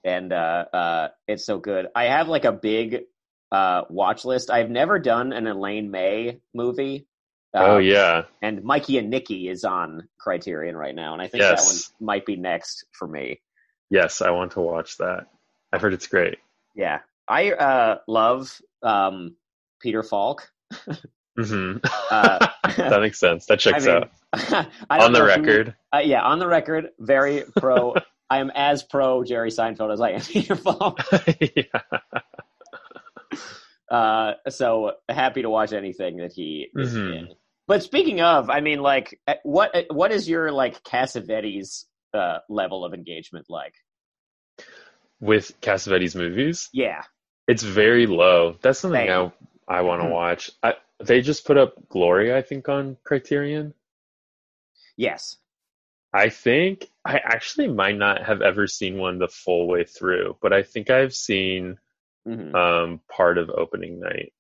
A: and uh, uh, it's so good. I have like a big uh, watch list. I've never done an Elaine May movie,
B: oh
A: Um,
B: yeah,
A: And Mikey and Nikki is on Criterion right now, and I think
B: Yes.
A: that one might be next for me.
B: yes, I want to watch that. I've heard it's great.
A: Yeah, I uh, love um, Peter Falk.
B: hmm
A: Uh,
B: that makes sense. That checks
A: mean,
B: out
A: I don't
B: on the
A: know if you-
B: record.
A: uh, yeah, on the record, very pro. I am as pro Jerry Seinfeld as I am Peter Falk.
B: yeah.
A: Uh, so happy to watch anything that he is
B: Mhm.
A: in. But speaking of, I mean, like, uh, what uh, what is your like Cassavetes uh, level of engagement like?
B: With Cassavetes movies,
A: Yeah,
B: it's very low. That's something
A: Same.
B: I I want to
A: Mhm.
B: watch. I, they just put up Glory, I think, on Criterion.
A: yes,
B: I think I actually might not have ever seen one the full way through, but I think I've seen
A: hmm
B: um, part of opening night.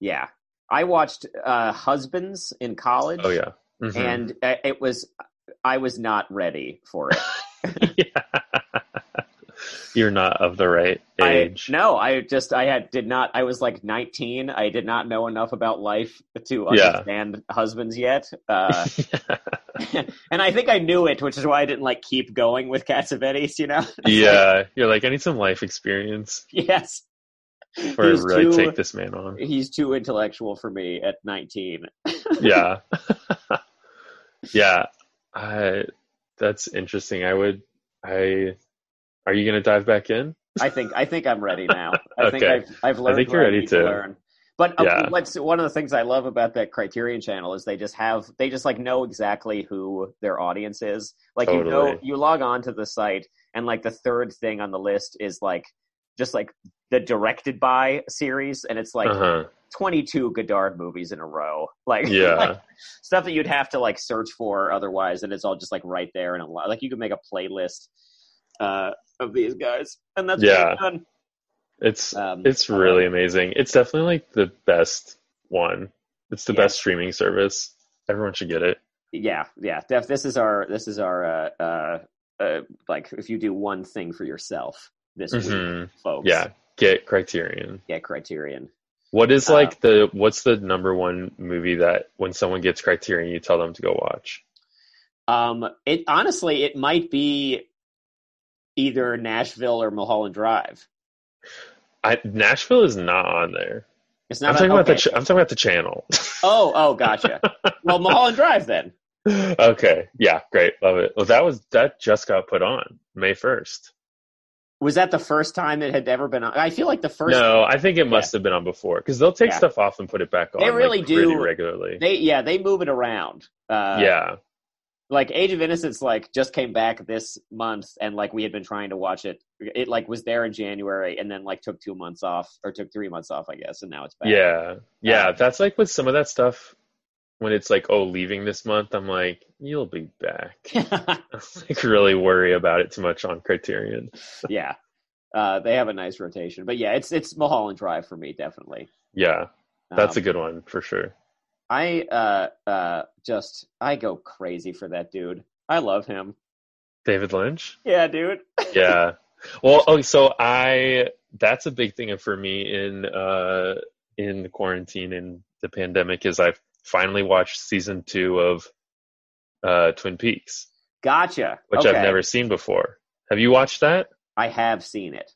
A: yeah. I watched uh, Husbands in college,
B: Oh yeah, Mhm.
A: and uh, it was I was not ready for it.
B: yeah. You're not of the right
A: I,
B: age.
A: no, I just I had did not. I was like nineteen. I did not know enough about life to
B: Yeah.
A: understand husbands yet. Uh, and I think I knew it, which is why I didn't like keep going with Cassavetes. You know?
B: yeah, you're like I need some life experience
A: yes,
B: before I
A: He's
B: really
A: too-
B: take this man on.
A: he's too intellectual for me at nineteen.
B: yeah yeah I, that's interesting i would i are you gonna dive back in
A: I think I think I'm ready now. I think
B: Okay.
A: I've I've learned.
B: think you're
A: what
B: ready
A: need
B: too.
A: learn. But uh,
B: Yeah.
A: what's one of the things I love about that Criterion channel is they just have they just like know exactly who their audience is. Like you know,
B: Totally.
A: you log on to the site and like the third thing on the list is like just like the directed by series, and it's like
B: uh-huh
A: 22 Godard movies in a row. Like
B: yeah
A: like, stuff that you'd have to like search for otherwise, and it's all just like right there and a lot. Like you could make a playlist uh, of these guys, and that's
B: Yeah.
A: yeah. done.
B: it's
A: Um,
B: it's really amazing it's definitely like the best one it's the
A: Yeah.
B: best streaming service everyone should get it
A: yeah, yeah. Def, this is our this is our uh, uh, uh, like if you do one thing for yourself this week,
B: hmm
A: folks.
B: yeah get criterion
A: get Criterion.
B: what is
A: Uh,
B: like the what's the number one movie that when someone gets criterion you tell them to go watch
A: Um, it honestly, it might be either Nashville or Mulholland Drive.
B: I, nashville is not on there
A: It's
B: i'm
A: not.
B: talking
A: on-
B: about the
A: okay.
B: ch- i'm talking about the channel
A: Oh, oh, gotcha. well, Mulholland Drive then.
B: okay. Yeah, great. Love it. Well, that was that just got put on May 1st.
A: Was that the first time it had ever been on? I feel like the first
B: No, I think it must have been on before because they'll take
A: Yeah.
B: stuff off and put it back on.
A: They
B: like,
A: really do.
B: pretty regularly.
A: they yeah, they move it around. Uh
B: yeah.
A: like Age of Innocence like just came back this month and like we had been trying to watch it. It like was there in January and then like took 2 months off or took 3 months off, I guess, and now it's back.
B: Yeah. Yeah.
A: Um,
B: That's like with some of that stuff when it's like, oh, leaving this month, I'm like, you'll be back.
A: Yeah.
B: like, really worry about it too much on Criterion.
A: yeah. Uh they have a nice rotation. But yeah, it's it's Mulholland Drive for me definitely.
B: Yeah. That's
A: Um,
B: a good one for sure.
A: I uh uh just I go crazy for that dude. I love him.
B: David Lynch.
A: Yeah, dude.
B: yeah well okay so i that's a big thing for me in uh in the quarantine and the pandemic is i've finally watched season two of uh twin peaks
A: Gotcha.
B: which
A: okay.
B: i've never seen before have you watched that
A: I have seen it.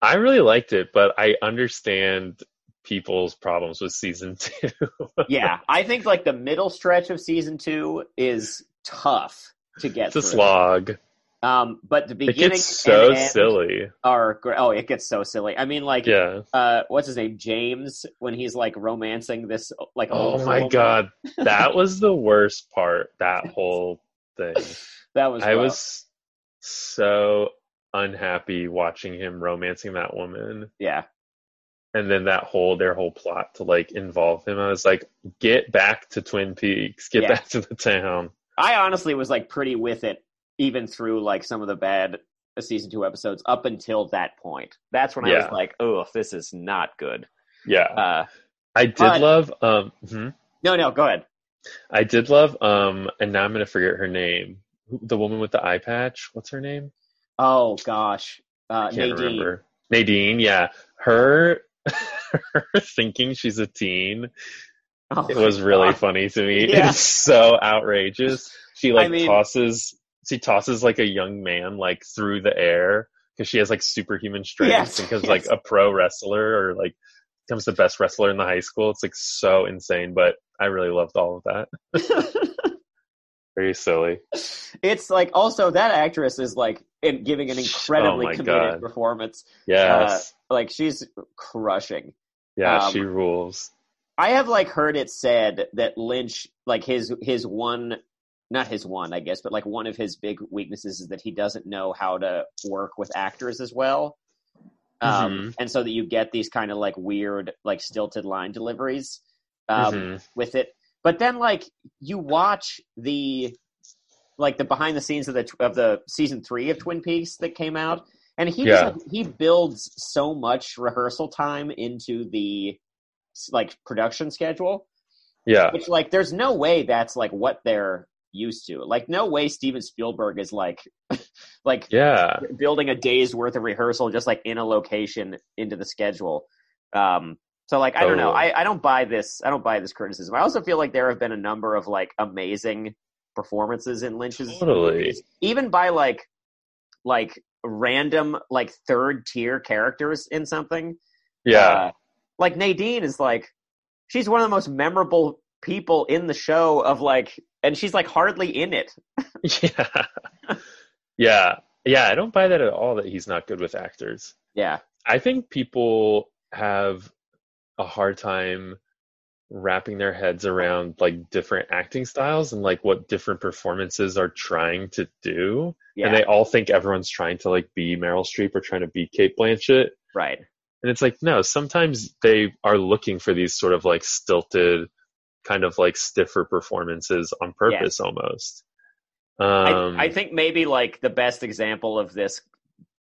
B: i really liked it but i understand people's problems with season two
A: yeah, I think like the middle stretch of season two is tough to get.
B: it's a
A: through.
B: slog
A: Um, but the
B: it
A: beginning
B: gets so
A: and end
B: silly
A: are gr- oh, it gets so silly. I mean, like,
B: yeah
A: uh, what's his name, James, when he's like romancing this like
B: oh
A: older
B: my
A: woman.
B: god that was the worst part that whole thing
A: that was
B: I
A: rough.
B: was so unhappy watching him romancing that woman
A: yeah
B: and then that whole their whole plot to like involve him. I was like, get back to Twin Peaks, get
A: Yeah.
B: back to the town.
A: I honestly was like pretty with it even through like some of the bad season two episodes up until that point. That's when I
B: Yeah.
A: was like, oh, this is not good.
B: Yeah.
A: Uh,
B: I did
A: but-
B: love um hmm
A: no, no, go ahead.
B: I did love um and now I'm gonna forget her name. Who- The woman with the eye patch. What's her name?
A: Oh gosh, uh,
B: I can't
A: Nadine.
B: remember. Nadine, yeah. Her her thinking she's a teen
A: Oh
B: It
A: my
B: was really
A: God.
B: funny to me.
A: Yeah.
B: It's so outrageous. She like
A: mean-
B: tosses she tosses like a young man like through the air because she has like superhuman strength
A: Yes,
B: and becomes
A: yes.
B: like a pro wrestler or like becomes the best wrestler in the high school. It's like so insane, but I really loved all of that. Very silly.
A: it's like also that actress is like in, giving an incredibly
B: Oh my
A: committed
B: God.
A: performance.
B: Yes.
A: Like she's crushing.
B: yeah,
A: Uh, um,
B: she rules.
A: I have like heard it said that Lynch, like his his one, not his one, I guess, but like one of his big weaknesses is that he doesn't know how to work with actors as well. Um,
B: Mhm.
A: And so that you get these kind of like weird, like stilted line deliveries. Um,
B: Mhm.
A: with it. But then like you watch the like the behind the scenes of the of the season 3 of Twin Peaks that came out and he
B: Yeah.
A: just, like, he builds so much rehearsal time into the s- like production schedule
B: Yeah.
A: which like there's no way that's like what they're used to like no way Steven Spielberg is like like
B: Yeah.
A: building a day's worth of rehearsal just like in a location into the schedule. Um, so like I don't know,
B: Totally.
A: I, I don't buy this. I don't buy this criticism. I also feel like there have been a number of like amazing performances in Lynch's,
B: Totally.
A: even by like like random like third tier characters in something.
B: Yeah.
A: Uh, like Nadine is like she's one of the most memorable people in the show of like and she's like hardly in it.
B: yeah. Yeah. Yeah. I don't buy that at all that he's not good with actors.
A: Yeah.
B: I think people have a hard time wrapping their heads around like different acting styles and like what different performances are trying to do.
A: Yeah.
B: And they all think everyone's trying to like be Meryl Streep or trying to be Kate Blanchett.
A: right.
B: And it's like, no, sometimes they are looking for these sort of like stilted, kind of like stiffer performances on purpose almost. Um,
A: I, I think maybe like the best example of this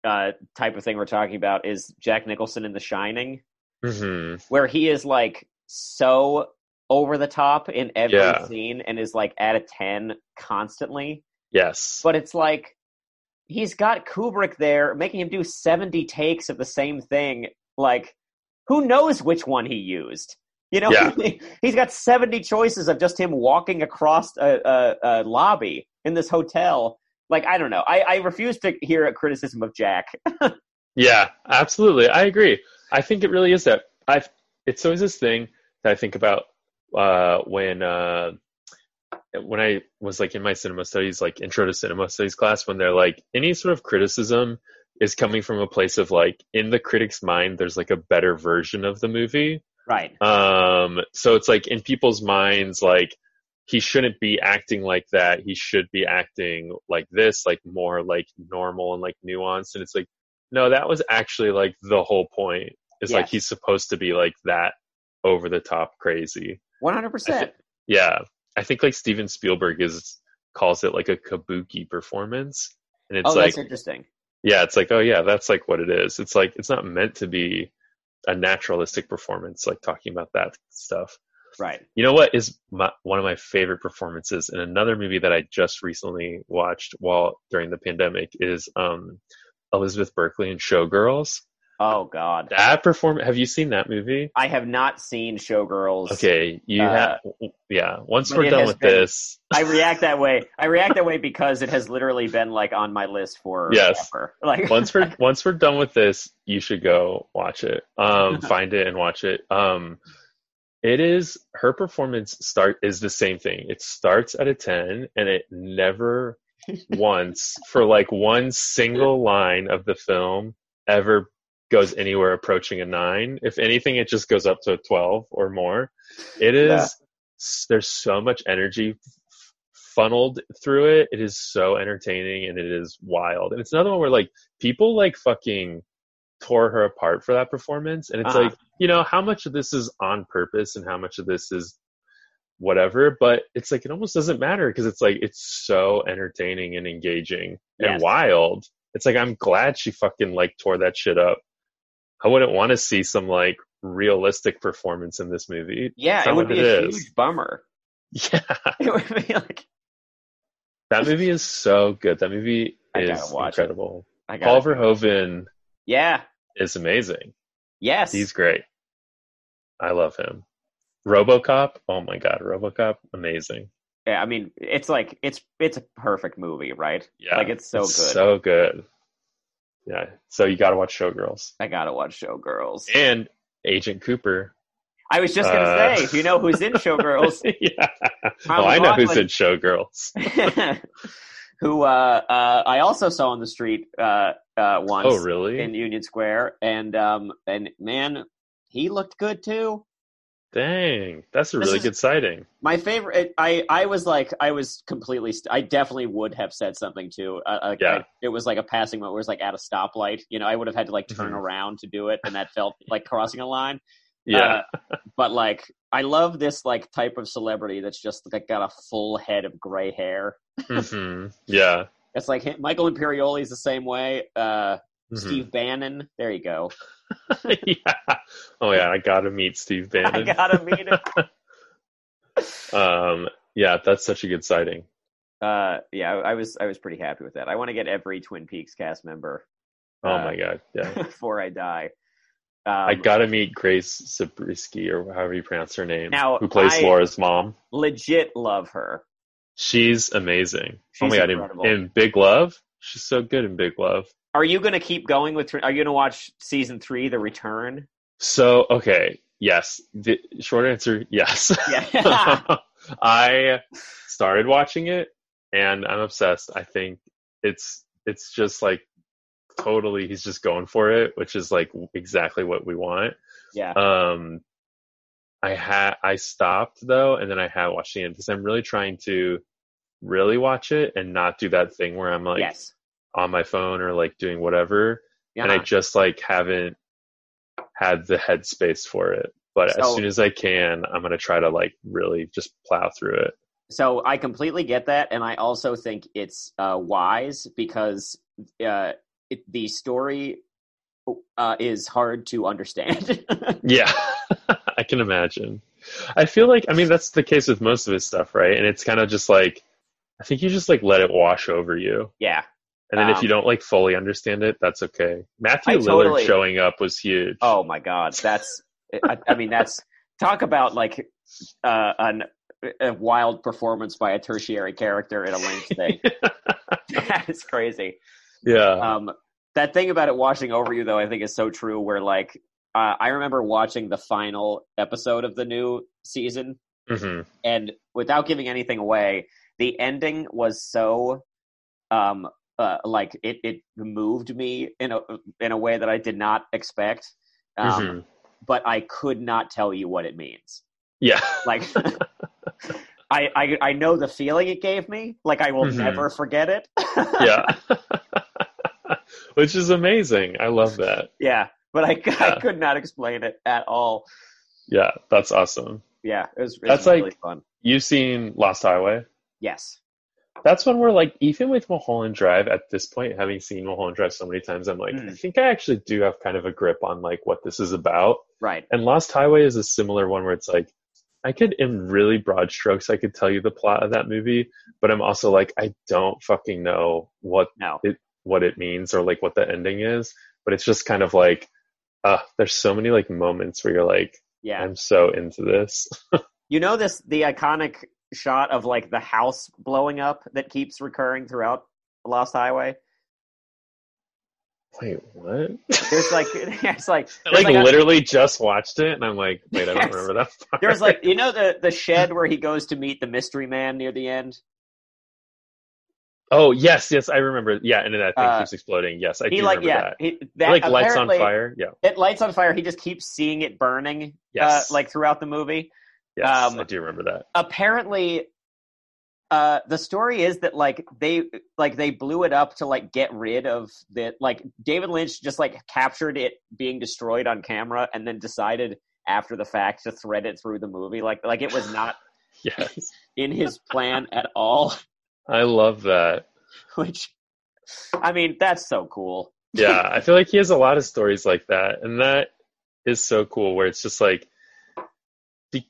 A: uh, type of thing we're talking about is Jack Nicholson in The Shining,
B: mhm,
A: where he is like so over the top in every
B: Yeah.
A: scene and is like at a 10 constantly.
B: yes.
A: But it's like he's got Kubrick there making him do 70 takes of the same thing. Like, who knows which one he used? You know,
B: Yeah.
A: he's got 70 choices of just him walking across a, a, a lobby in this hotel. Like, I don't know. I, I refuse to hear a criticism of Jack.
B: Yeah, absolutely. I agree. I think it really is that. I it's always this thing that I think about uh, when uh, when I was like in my cinema studies, like intro to cinema studies class, when they're like any sort of criticism is coming from a place of like in the critic's mind, there's like a better version of the movie.
A: Right.
B: Um, so it's like in people's minds, like he shouldn't be acting like that. He should be acting like this, like more like normal and like nuanced. And it's like, no, that was actually like the whole point. Is like
A: Yes.
B: he's supposed to be like that over the top crazy.
A: 100%.
B: Yeah. I think like Steven Spielberg is calls it like a kabuki performance. And it's
A: Oh,
B: like
A: that's interesting.
B: yeah, it's like, oh yeah, that's like what it is. It's like it's not meant to be a naturalistic performance, like talking about that stuff.
A: Right.
B: You know what is my, one of my favorite performances in another movie that I just recently watched while during the pandemic is um, Elizabeth Berkley in Showgirls.
A: Oh, God.
B: That perform have you seen that movie?
A: I have not seen Showgirls.
B: Okay, you
A: Uh,
B: have yeah. Once
A: but
B: we're
A: it
B: done
A: has
B: with
A: been-
B: this,
A: I react that way. I react that way because it has literally been like on my list for
B: Yes.
A: forever. Like
B: once we're once we're done with this, you should go watch it. Um, find it and watch it. Um, it is her performance start is the same thing. It starts at a ten, and it never once for like one single line of the film ever goes anywhere approaching a nine. If anything, it just goes up to a twelve or more. It is
A: Yeah.
B: s- there's so much energy f- funneled through it. It is so entertaining and it is wild. And it's another one where like people like fucking tore her apart for that performance. And it's
A: Uh-huh.
B: like, you know, how much of this is on purpose and how much of this is whatever, but it's like it almost doesn't matter because it's like it's so entertaining and engaging and
A: Yes.
B: wild. It's like I'm glad she fucking like tore that shit up. I wouldn't want to see some like realistic performance in this movie.
A: yeah,
B: That's not
A: it would
B: what
A: be
B: it
A: a
B: is.
A: huge bummer.
B: Yeah.
A: It would be like
B: That movie is so good. That movie
A: I gotta
B: is
A: watch it.
B: incredible.
A: I got
B: Paul Verhoeven
A: oh Yeah.
B: is amazing.
A: Yes.
B: He's great. I love him. RoboCop. Oh my god, RoboCop, amazing.
A: Yeah, I mean, it's like it's it's a perfect movie, right?
B: Yeah,
A: Like it's so
B: it's
A: good.
B: so good. Yeah, so you got to watch Showgirls
A: I gotta watch Showgirls.
B: and Agent Cooper.
A: I was just gonna
B: Uh,
A: say, you know who's in Showgirls?
B: yeah.
A: Tom
B: Oh, I know who
A: McLaughlin.
B: said Showgirls.
A: who uh, uh, I also saw on the street uh, uh, once
B: Oh, really?
A: in Union Square, and um, and man, he looked good too.
B: Dang, that's a
A: This
B: really
A: is-
B: good sighting.
A: My favorite, I I was like, I was completely, st- I definitely would have said something too. Uh, uh,
B: Yeah.
A: I- it was like a passing moment where it was like at a stoplight. You know, I would have had to like turn
B: Mhm.
A: around to do it, and that felt like crossing a line.
B: Yeah,
A: Uh, but like, I love this like type of celebrity that's just like got a full head of gray hair.
B: hmm yeah.
A: It's like him- Michael Imperioli is the same way. Uh,
B: Mhm.
A: Steve Bannon, there you go.
B: yeah. Oh yeah, I gotta meet Steve
D: I
B: Bannon.
D: gotta meet him.
B: um, yeah, that's such a good sighting.
A: Uh, yeah, I, I was I was pretty happy with that. I want to get every Twin Peaks cast member
B: Oh
A: Uh,
B: my god, yeah.
A: before I die. Um,
B: I gotta meet Grace Zabriskie or however you pronounce her name,
A: Now,
B: who plays
A: I-
B: Laura's mom.
A: legit love her.
B: She's amazing. oh
A: She's
B: my god,
A: incredible.
B: in, in Big Love, she's so good in Big Love.
A: Are you gonna keep going with? Are you gonna watch season three, The Return?
B: So okay, yes. The short answer, yes.
A: Yeah, Uh,
B: I started watching it and I'm obsessed. I think it's it's just like totally he's just going for it, which is like exactly what we want.
A: yeah.
B: Um I had I stopped though and then I had watched it because I'm really trying to really watch it and not do that thing where I'm like
A: yes.
B: on my phone or like doing whatever
A: Yeah.
B: and I just like haven't had the headspace for it. But as
A: So-
B: soon as I can, I'm gonna try to like really just plow through it.
A: so I completely get that, and I also think it's uh, wise because uh, it, the story uh, is hard to understand.
B: Yeah, I can imagine. I feel like I mean that's the case with most of his stuff, right? And it's kind of just like I think you just like let it wash over you,
A: yeah.
B: and then
A: Um,
B: if you don't like fully understand it, that's okay. Matthew
A: I
B: Lillard
A: totally-
B: showing up was huge.
A: Oh my God, that's. I, I mean, that's talk about like uh, an, a wild performance by a tertiary character in a Lynch thing. that is crazy.
B: yeah,
A: Um, that thing about it washing over you, though, I think is so true. Where like uh, I remember watching the final episode of the new season,
B: hmm
A: and without giving anything away, the ending was so, um, uh, like it it moved me in a in a way that I did not expect. Um,
B: mhm.
A: but I could not tell you what it means.
B: yeah,
A: Like I, I I know the feeling it gave me. Like I will
B: Mhm.
A: never forget it.
B: yeah, which is amazing. I love that.
A: yeah. But I, I
B: Yeah.
A: could not explain it at all.
B: Yeah, that's awesome.
A: Yeah, it was, it was
B: That's
A: really
B: like-
A: fun.
B: You've seen Lost Highway?
A: Yes.
B: That's one where, like, even with Mulholland Drive at this point, having seen Mulholland Drive so many times, I'm like,
A: Mm.
B: I think I actually do have kind of a grip on like what this is about.
A: Right.
B: And Lost Highway is a similar one where it's like, I could, in really broad strokes, I could tell you the plot of that movie, but I'm also like, I don't fucking know what
A: No.
B: what it means or like what the ending is. But it's just kind of like, uh, there's so many like moments where you're like,
A: Yeah.
B: I'm so into this.
A: You know this the iconic shot of like the house blowing up that keeps recurring throughout Lost Highway.
B: Wait, what?
A: There's like it's like
B: I
A: there's
B: like,
A: like a-
B: literally just watched it and I'm like, wait, I don't
A: Yes.
B: remember that part.
A: there's like you know the the shed where he goes to meet the mystery man near the end.
B: Oh yes, yes, I remember. Yeah, and then that thing
A: Uh,
B: keeps exploding. Yes, I
A: he
B: do
A: like
B: remember
A: yeah
B: that.
A: he
B: It,
A: that
B: like lights on
A: apparently- uh,
B: fire. Yeah.
A: it lights on fire. He just keeps seeing it burning,
B: Yes.
A: uh, like throughout the movie.
B: Yes,
A: um,
B: I do remember that.
A: Apparently, uh, the story is that like they like they blew it up to like get rid of the like David Lynch just like captured it being destroyed on camera and then decided after the fact to thread it through the movie. Like like it was not
B: Yes.
A: in his plan at all.
B: I love that.
A: Which, I mean, that's so cool.
B: Yeah, I feel like he has a lot of stories like that and that is so cool where it's just like the-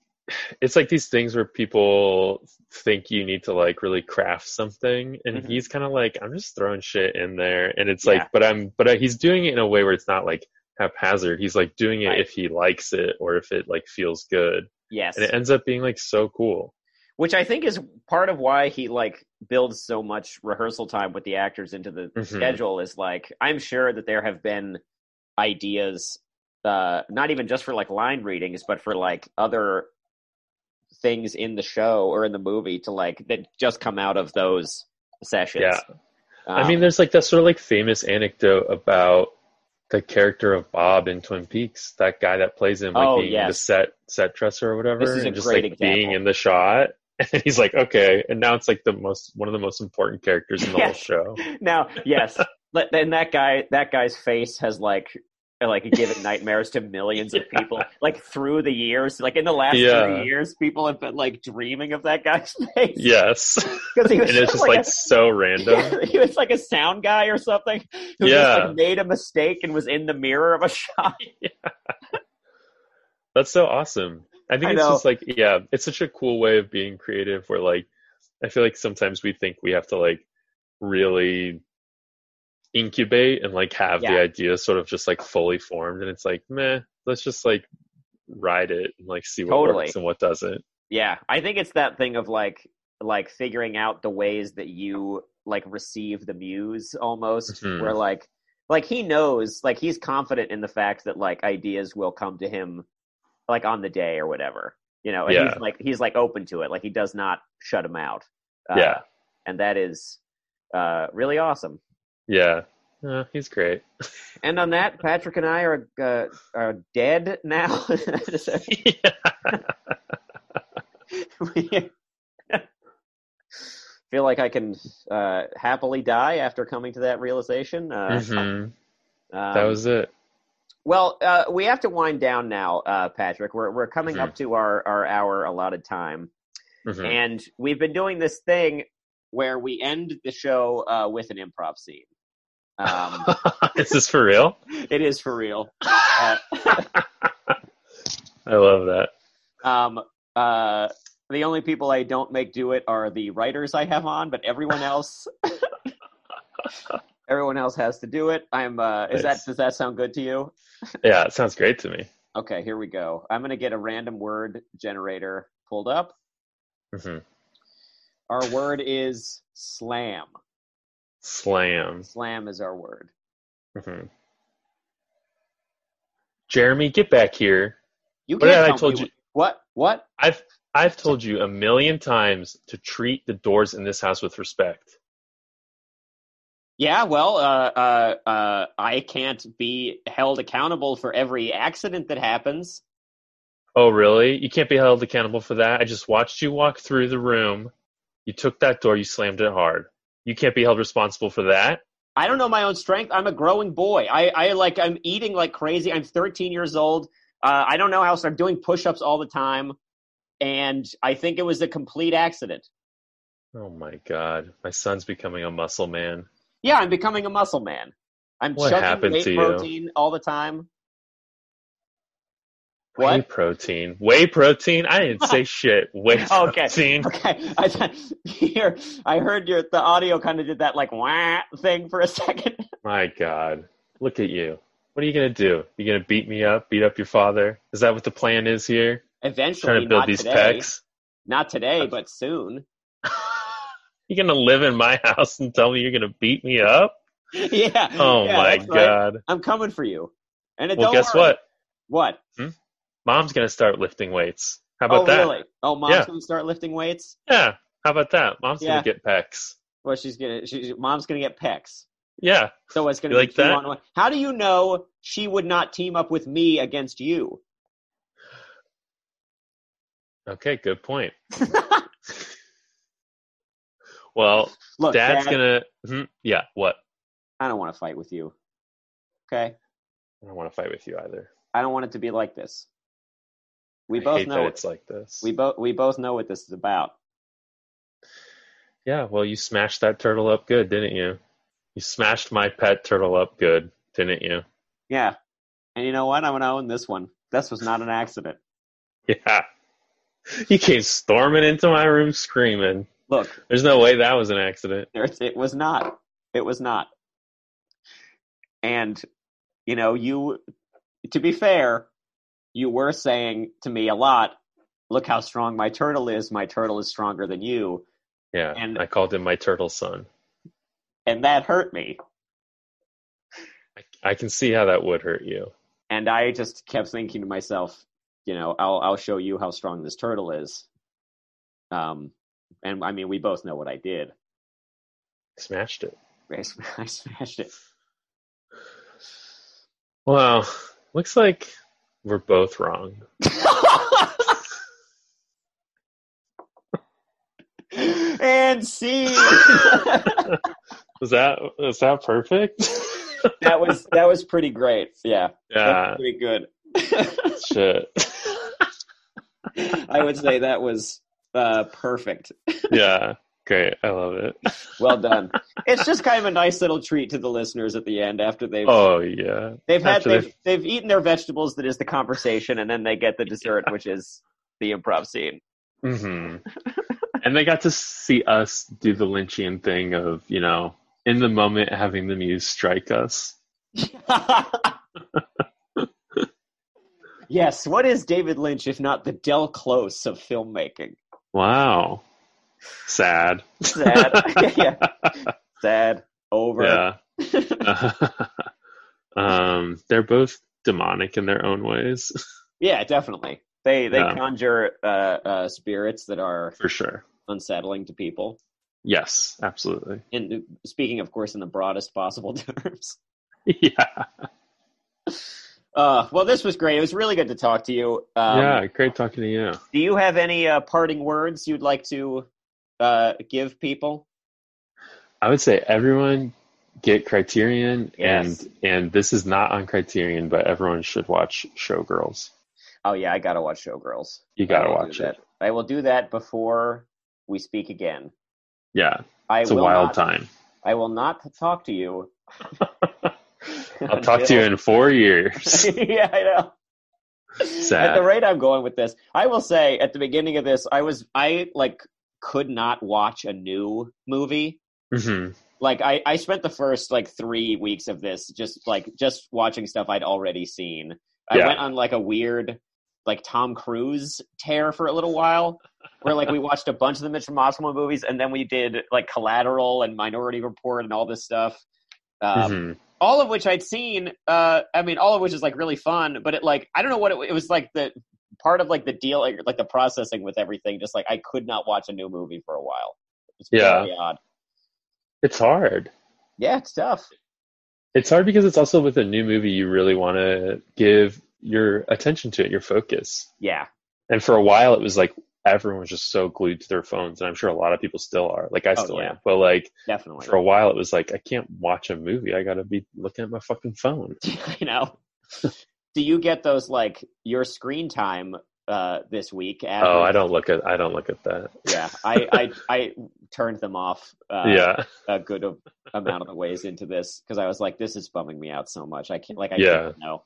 B: it's like these things where people think you need to like really craft something and
A: Mhm.
B: he's kind of like i'm just throwing shit in there and it's
A: Yeah.
B: like but i'm but uh, he's doing it in a way where it's not like haphazard he's like doing it
A: Right.
B: if he likes it or if it like feels good
A: Yes.
B: and it ends up being like so cool.
A: Which I think is part of why he like builds so much rehearsal time with the actors into the
B: Mhm.
A: schedule is like I'm sure that there have been ideas uh not even just for like line readings but for like other things in the show or in the movie to like that just come out of those sessions.
B: Yeah. I
A: Um,
B: mean, there's like that sort of like famous anecdote about the character of Bob in Twin Peaks, that guy that plays him, like
A: Oh,
B: being the
A: yes.
B: set set dresser or whatever,
A: is a
B: and just
A: great
B: like
A: example.
B: being in the shot. And he's like, okay, and now it's like the most one of the most important characters in the whole
A: Yes.
B: show.
A: now, yes, let- and that guy, that guy's face has like, like given nightmares to millions of people, like through the years, like in the last
B: Yeah.
A: thirty years, people have been like dreaming of that guy's face.
B: Yes,
A: because he was
B: and it's just like so
A: a-
B: random.
A: he was like a sound guy or something who just
B: Yeah.
A: like made a mistake and was in the mirror of a shot.
B: That's so awesome. I think
A: I
B: it's
A: know.
B: just like, yeah, it's such a cool way of being creative where like I feel like sometimes we think we have to like really incubate and like have the
A: Yeah.
B: idea sort of just like fully formed and it's like, meh, let's just like ride it and like see what
A: Totally.
B: works and what doesn't.
A: Yeah, I think it's that thing of like, like figuring out the ways that you like receive the muse almost,
B: Mhm.
A: where like, like he knows, like he's confident in the fact that like ideas will come to him, like on the day or whatever, you know. And
B: Yeah.
A: he's like, he's like open to it, like he does not shut him out. Uh,
B: yeah.
A: and that is uh, really awesome.
B: Yeah. Uh, he's great.
A: And on that, Patrick and I are uh, are dead now.
B: yeah.
A: Feel like I can uh, happily die after coming to that realization. Uh,
B: Mhm.
A: um,
B: that was it.
A: well. Uh, we have to wind down now, uh, Patrick. We're we're coming
B: Mhm.
A: up to our our hour allotted time,
B: Mhm.
A: and we've been doing this thing where we end the show uh, with an improv scene. Um,
B: Is this for real?
A: it is for real. Uh,
B: I love that.
A: Um, uh, the only people I don't make do it are the writers I have on, but everyone else, everyone else has to do it. I'm. Uh, is that
B: Nice.
A: does that sound good to you?
B: Yeah, it sounds great to me.
A: Okay, here we go. I'm gonna get a random word generator pulled up.
B: hmm
A: Our word is slam.
B: Slam.
A: Slam is our word.
B: hmm Jeremy, get back here.
A: You
B: What
A: can't.
B: did I
A: tell
B: told
A: me
B: you-
A: What? What?
B: I've I've told you a million times to treat the doors in this house with respect.
E: Yeah, well, uh, uh, uh, I can't be held accountable for every accident that happens.
B: Oh, really? You can't be held accountable for that. I just watched you walk through the room. You took that door, you slammed it hard. You can't be held responsible for that.
E: I don't know my own strength. I'm a growing boy. I, I like, I'm eating like crazy. I'm 13 years old. Uh, I don't know how. So I'm doing push-ups all the time, and I think it was a complete accident.
B: Oh my god. My son's becoming a muscle man.
E: Yeah, I'm becoming a muscle man. I'm
B: What
E: chugging
B: happened
E: weight
B: to you?
E: protein all the time.
B: Whey
E: What?
B: protein. Whey protein? I didn't say shit. Whey
A: Okay.
B: protein.
E: Okay, I thought, here I heard your the audio kind of did that like wah thing for a second.
B: My God, look at you. What are you gonna do? You gonna beat me up? Beat up your father? Is that what the plan is here?
E: Eventually,
B: Trying to build
E: not
B: these
E: today,
B: pecs?
E: not today, but soon.
B: you gonna live in my house and tell me you're gonna beat me up?
E: yeah.
B: Oh
E: yeah,
B: my
E: that's right.
B: God.
E: I'm coming for you. And it,
B: Well,
E: don't
B: guess
E: worry.
B: what?
E: What?
B: Mom's gonna start lifting weights. How about
E: oh,
B: that?
E: really? Oh, mom's
B: Yeah.
E: gonna start lifting weights.
B: Yeah. How about that? Mom's
E: Yeah.
B: gonna get pecs.
E: Well, she's gonna. She's, mom's gonna get pecs.
B: Yeah.
E: So it's gonna
B: You
E: be
B: like
A: that?
E: two on one. How do you know she would not team up with me against you?
B: Okay. Good point. well,
E: Look,
B: Dad's
E: Oh, Dad,
B: gonna. Hmm, yeah. What?
E: I don't want to fight with you. Okay,
B: I don't want to fight with you either.
E: I don't want it to be like this. We
B: I
E: both
B: hate that
E: know.
B: it's like this.
E: We both we both know what this is about.
B: Yeah, well, you smashed that turtle up good, didn't you? You smashed my pet turtle up good, didn't you?
E: Yeah. And you know what? I'm gonna own this one. This was not an accident.
B: Yeah. You came storming into my room screaming.
E: Look,
B: There's no way that was an accident.
E: It's, it was not. It was not. And, you know, you, to be fair, you were saying to me a lot,
A: look how strong my turtle is. My turtle is stronger than you.
B: Yeah,
A: And-
B: I called him my turtle son.
A: And that hurt me.
B: I can see how that would hurt you.
A: And I just kept thinking to myself, you know, I'll, I'll show you how strong this turtle is. Um, and I mean, we both know what I did.
B: Smashed it.
A: I sm- I smashed it.
B: Wow, looks like we're both wrong.
A: and see,
B: Was that was that perfect?
A: that was that was pretty great. Yeah,
B: yeah,
A: that was pretty good.
B: shit.
A: I would say that was uh, perfect.
B: yeah, great. I love it.
A: Well done. it's just kind of a nice little treat to the listeners at the end after they've
B: Oh yeah,
A: they've had
B: after
A: they've,
B: they've-
A: they've eaten their vegetables. That is the conversation, and then they get the dessert, which is the improv scene.
B: hmm and they got to see us do the Lynchian thing of you know in the moment having the muse strike us.
A: yes. What is David Lynch if not the Del Close of filmmaking?
B: Wow, sad.
A: Sad. yeah. Sad. Over.
B: Yeah. um, they're both demonic in their own ways,
A: Yeah, definitely. They they
B: Yeah.
A: conjure uh, uh, spirits that are
B: for sure.
A: unsettling to people.
B: Yes, absolutely.
A: And uh, speaking, of course, in the broadest possible terms.
B: Yeah.
A: Uh, well, this was great. It was really good to talk to you. Um,
B: yeah, great talking to you.
A: Do you have any uh, parting words you'd like to uh, give people?
B: I would say everyone get Criterion
A: Yes.
B: and and this is not on Criterion, but everyone should watch Showgirls.
A: Oh yeah, I gotta watch Showgirls.
B: You gotta
A: I will do
B: watch
A: that.
B: it.
A: I will do that before we speak again.
B: Yeah.
A: I
B: It's a
A: will
B: wild
A: not,
B: time.
A: I will not talk to you.
B: I'll talk to you in four
A: Um,
B: years.
A: yeah, I know. At
B: Sad.
A: the rate I'm going with this, I will say at the beginning of this, I was I like could not watch a new movie.
B: hmm
A: Like I, I spent the first like three weeks of this just like just watching stuff I'd already seen. I
B: Yeah.
A: went on like a weird like Tom Cruise tear for a little while, where like we watched a bunch of the Mitch Mossman movies, and then we did like Collateral and Minority Report and all this stuff. Um,
B: hmm
A: all of which I'd seen. Uh, I mean, all of which is like really fun, but it like I don't know what it, it was like the part of like the deal, like, like the processing with everything. Just like I could not watch a new movie for a while. It's
B: Yeah.
A: very odd.
B: It's hard.
A: Yeah, it's tough.
B: It's hard because it's also with a new movie you really want to give your attention to it, your focus.
A: Yeah,
B: And for a while, it was like everyone was just so glued to their phones, and I'm sure a lot of people still are. Like I
A: Oh,
B: still
A: yeah. Oh,
B: am, but like
A: definitely.
B: for a while, it was like I can't watch a movie. I gotta be looking at my fucking phone.
A: you know. Do you get those like your screen time uh, this week? After,
B: Oh, I don't look at I don't look at that.
A: Yeah, I I, I turned them off. Uh,
B: yeah,
A: a good a- amount of the ways into this because I was like, this is bumming me out so much. I can't like I
B: Yeah.
A: can't know.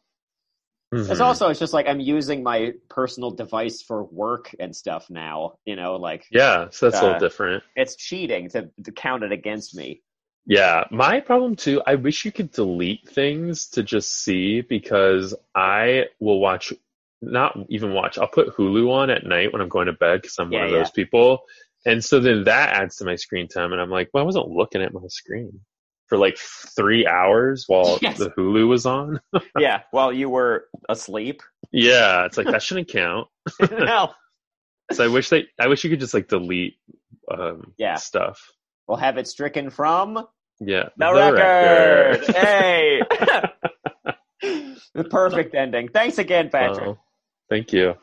A: It's
B: Mhm.
A: also it's just like I'm using my personal device for work and stuff now. You know, like
B: yeah. So that's
A: Uh,
B: a little different.
A: it's cheating to, to count it against me.
B: Yeah, my problem too. I wish you could delete things to just see because I will watch, not even watch. I'll put Hulu on at night when I'm going to bed because I'm
A: Yeah,
B: one of
A: yeah.
B: those people, and so then that adds to my screen time. And I'm like, well, I wasn't looking at my screen for like three hours while
A: Yes.
B: the Hulu was on.
D: yeah, while you were asleep.
B: Yeah, it's like that shouldn't count.
A: no.
B: So I wish that I wish you could just like delete um
A: Yeah.
B: stuff.
A: We'll have it stricken from
B: Yeah,
A: the, record.
B: record.
A: hey. the perfect ending. Thanks again, Patrick.
B: Well, thank you.